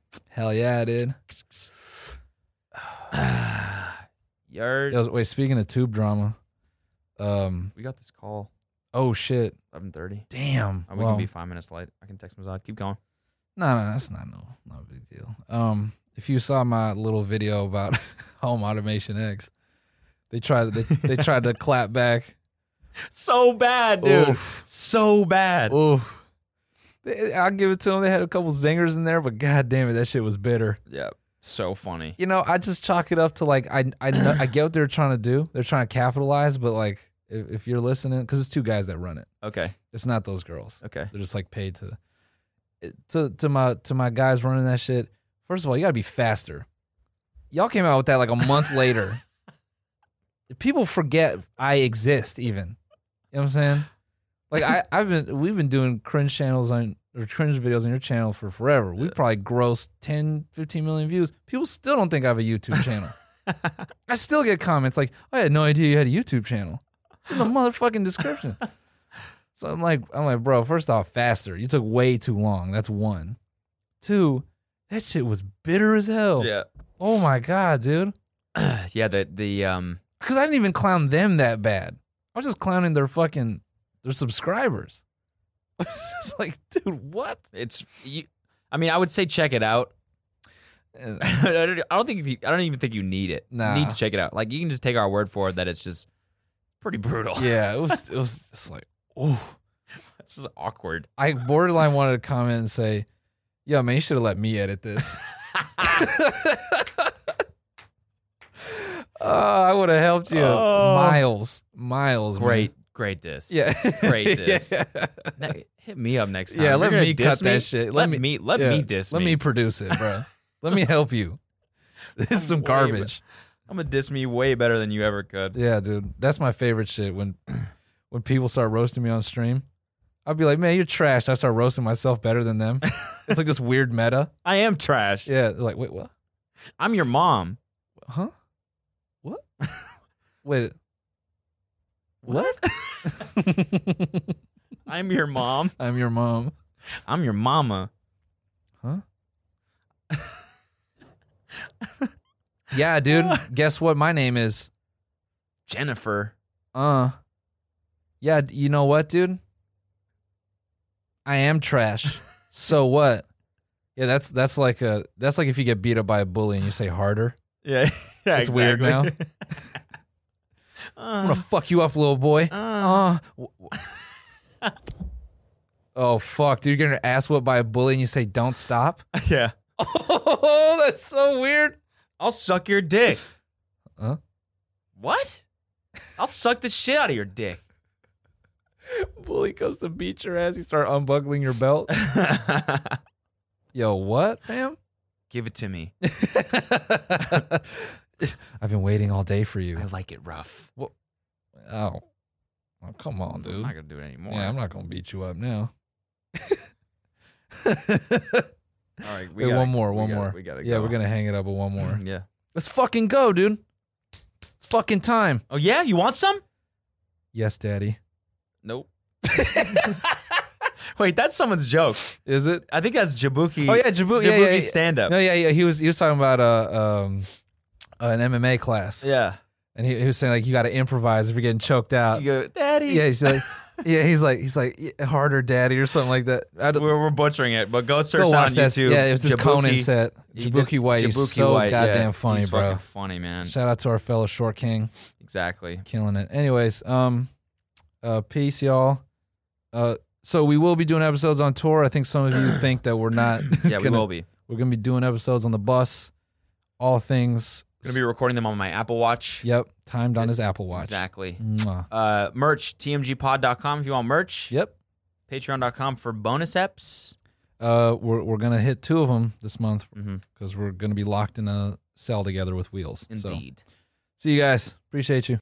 Speaker 3: Hell yeah, dude.
Speaker 2: Yard.
Speaker 3: Yo, wait, speaking of tube drama, um,
Speaker 2: We got this call.
Speaker 3: oh shit,
Speaker 2: 11:30.
Speaker 3: damn.
Speaker 2: Are we
Speaker 3: Well,
Speaker 2: gonna be five minutes late? I can text Mazad. Keep going.
Speaker 3: No, no, that's not no, not a big deal. Um, if you saw my little video about Home Automation X, they tried they, they tried to clap back.
Speaker 2: So bad, dude.
Speaker 3: Oof.
Speaker 2: So bad.
Speaker 3: Oof. They- I'll give it to them. They had a couple zingers in there, but god damn it, that shit was bitter.
Speaker 2: Yeah. So funny.
Speaker 3: You know, I just chalk it up to like I I know, I get what they're trying to do. They're trying to capitalize, but like if, if you're listening, because it's two guys that run it.
Speaker 2: Okay.
Speaker 3: It's not those girls.
Speaker 2: Okay.
Speaker 3: They're just like paid to to to my to my guys running that shit. First of all, you gotta be faster. Y'all came out with that like a month later. People forget I exist. Even you know what I'm saying. Like I, I've been, we've been doing cringe channels on or cringe videos on your channel for forever. We probably grossed 10, 15 million views. People still don't think I have a YouTube channel. I still get comments like, "I had no idea you had a YouTube channel." It's in the motherfucking description. so I'm like, I'm like, bro. First off, faster. You took way too long. That's one. Two, that shit was bitter as hell.
Speaker 2: Yeah.
Speaker 3: Oh my god, dude.
Speaker 2: yeah. The the um.
Speaker 3: Because I didn't even clown them that bad. I was just clowning their fucking their subscribers. It's like, dude, what?
Speaker 2: It's you. I mean, I would say check it out.
Speaker 3: Uh,
Speaker 2: I don't I don't think you, I don't even think you need it.
Speaker 3: Nah.
Speaker 2: You need to check it out. Like you can just take our word for it that it's just pretty brutal.
Speaker 3: Yeah, it was. It was just like, oh,
Speaker 2: it's just awkward.
Speaker 3: I borderline wanted to comment and say, "Yo, man, you should have let me edit this." Uh, I would have helped you,
Speaker 2: Oh.
Speaker 3: miles, miles. man.
Speaker 2: Great, great diss.
Speaker 3: yeah,
Speaker 2: Great diss.
Speaker 3: yeah.
Speaker 2: Ne- hit me up next time.
Speaker 3: Yeah,
Speaker 2: You're
Speaker 3: let
Speaker 2: gonna
Speaker 3: me
Speaker 2: diss
Speaker 3: cut that shit.
Speaker 2: Let, me, let
Speaker 3: yeah.
Speaker 2: me diss.
Speaker 3: Let me produce it, bro. let me help you. This is some
Speaker 2: Way better.
Speaker 3: garbage.
Speaker 2: I'm gonna diss me way better than you ever could.
Speaker 3: Yeah, dude, that's my favorite shit. When when people start roasting me on stream, I'd be like, "Man, you're trash." I start roasting myself better than them. it's like this weird meta.
Speaker 2: I am trash.
Speaker 3: Yeah, they're like, wait, what?
Speaker 2: I'm your mom.
Speaker 3: Huh? What? Wait, what?
Speaker 2: I'm your mom.
Speaker 3: I'm your mom.
Speaker 2: I'm your mama.
Speaker 3: Yeah, dude. guess what? My name is.
Speaker 2: Jennifer.
Speaker 3: Uh. Yeah, d- you know what, dude? I am trash. so what? Yeah, that's that's like a that's like if you get beat up by a bully and you say harder.
Speaker 2: Yeah, yeah
Speaker 3: It's weird
Speaker 2: exactly.
Speaker 3: I'm gonna fuck you up, little boy.
Speaker 2: uh, uh,
Speaker 3: Uh, w- w- oh fuck, dude, you're getting your ass whipped by a bully and you say don't stop.
Speaker 2: yeah.
Speaker 3: Oh, that's so weird.
Speaker 2: I'll suck your dick.
Speaker 3: Huh?
Speaker 2: What? I'll suck the shit out of your dick.
Speaker 3: Bully comes to beat your ass. You start unbuckling your belt. Yo, what, fam?
Speaker 2: Give it to me.
Speaker 3: I've been waiting all day for
Speaker 2: I
Speaker 3: you.
Speaker 2: like it rough.
Speaker 3: Oh, oh come on,
Speaker 2: I'm
Speaker 3: dude.
Speaker 2: not gonna do it anymore.
Speaker 3: Yeah, I'm not gonna beat you up now.
Speaker 2: All right, we
Speaker 3: Wait,
Speaker 2: gotta-
Speaker 3: one more,
Speaker 2: we
Speaker 3: one
Speaker 2: gotta-
Speaker 3: more.
Speaker 2: We gotta.
Speaker 3: yeah,
Speaker 2: go.
Speaker 3: we're gonna hang it up with one more.
Speaker 2: Yeah.
Speaker 3: Let's fucking go, dude. It's fucking time.
Speaker 2: Oh yeah, you want some?
Speaker 3: Yes, daddy.
Speaker 2: Nope. Wait, that's someone's joke.
Speaker 3: Is it?
Speaker 2: I think that's Jabuki.
Speaker 3: Oh yeah, Jabu-
Speaker 2: Jabuki
Speaker 3: yeah, yeah, yeah.
Speaker 2: stand up.
Speaker 3: No, yeah, yeah. He was he was talking about uh, um, an MMA class,
Speaker 2: Yeah.
Speaker 3: and he, he was saying like you got to improvise if you're getting choked out.
Speaker 2: You go, Daddy.
Speaker 3: Uh, Yeah, he's like, yeah, he's like, he's like "Yeah, harder, daddy, or something like that. I don't,
Speaker 2: We're, we're butchering it, but go search
Speaker 3: go
Speaker 2: it
Speaker 3: watch
Speaker 2: on
Speaker 3: that.
Speaker 2: YouTube.
Speaker 3: Yeah, it was this
Speaker 2: Jabuki.
Speaker 3: Conan set.
Speaker 2: He did-
Speaker 3: Jabuki White, he's
Speaker 2: Jabuki
Speaker 3: so
Speaker 2: White, yeah.
Speaker 3: goddamn funny,
Speaker 2: He's
Speaker 3: bro.
Speaker 2: fucking funny man.
Speaker 3: Shout out to our fellow short king,
Speaker 2: Exactly.
Speaker 3: killing it. Anyways, um, uh, peace, y'all. Uh, so we will be doing episodes on tour. I think some of you think that we're not.
Speaker 2: Yeah, we
Speaker 3: gonna-
Speaker 2: will be.
Speaker 3: We're gonna be doing episodes on the bus, all things.
Speaker 2: Gonna be recording them on my Apple Watch.
Speaker 3: Yep, timed on his
Speaker 2: Yes,
Speaker 3: Apple Watch.
Speaker 2: Exactly.
Speaker 3: Mwah.
Speaker 2: Uh, merch, tmgpod.com if you want merch.
Speaker 3: Yep.
Speaker 2: Patreon.com for bonus eps.
Speaker 3: Uh, we're we're gonna hit two of them this month
Speaker 2: Mm-hmm.
Speaker 3: because we're gonna be locked in a cell together with wheels. So,
Speaker 2: Indeed.
Speaker 3: see you guys. Appreciate you.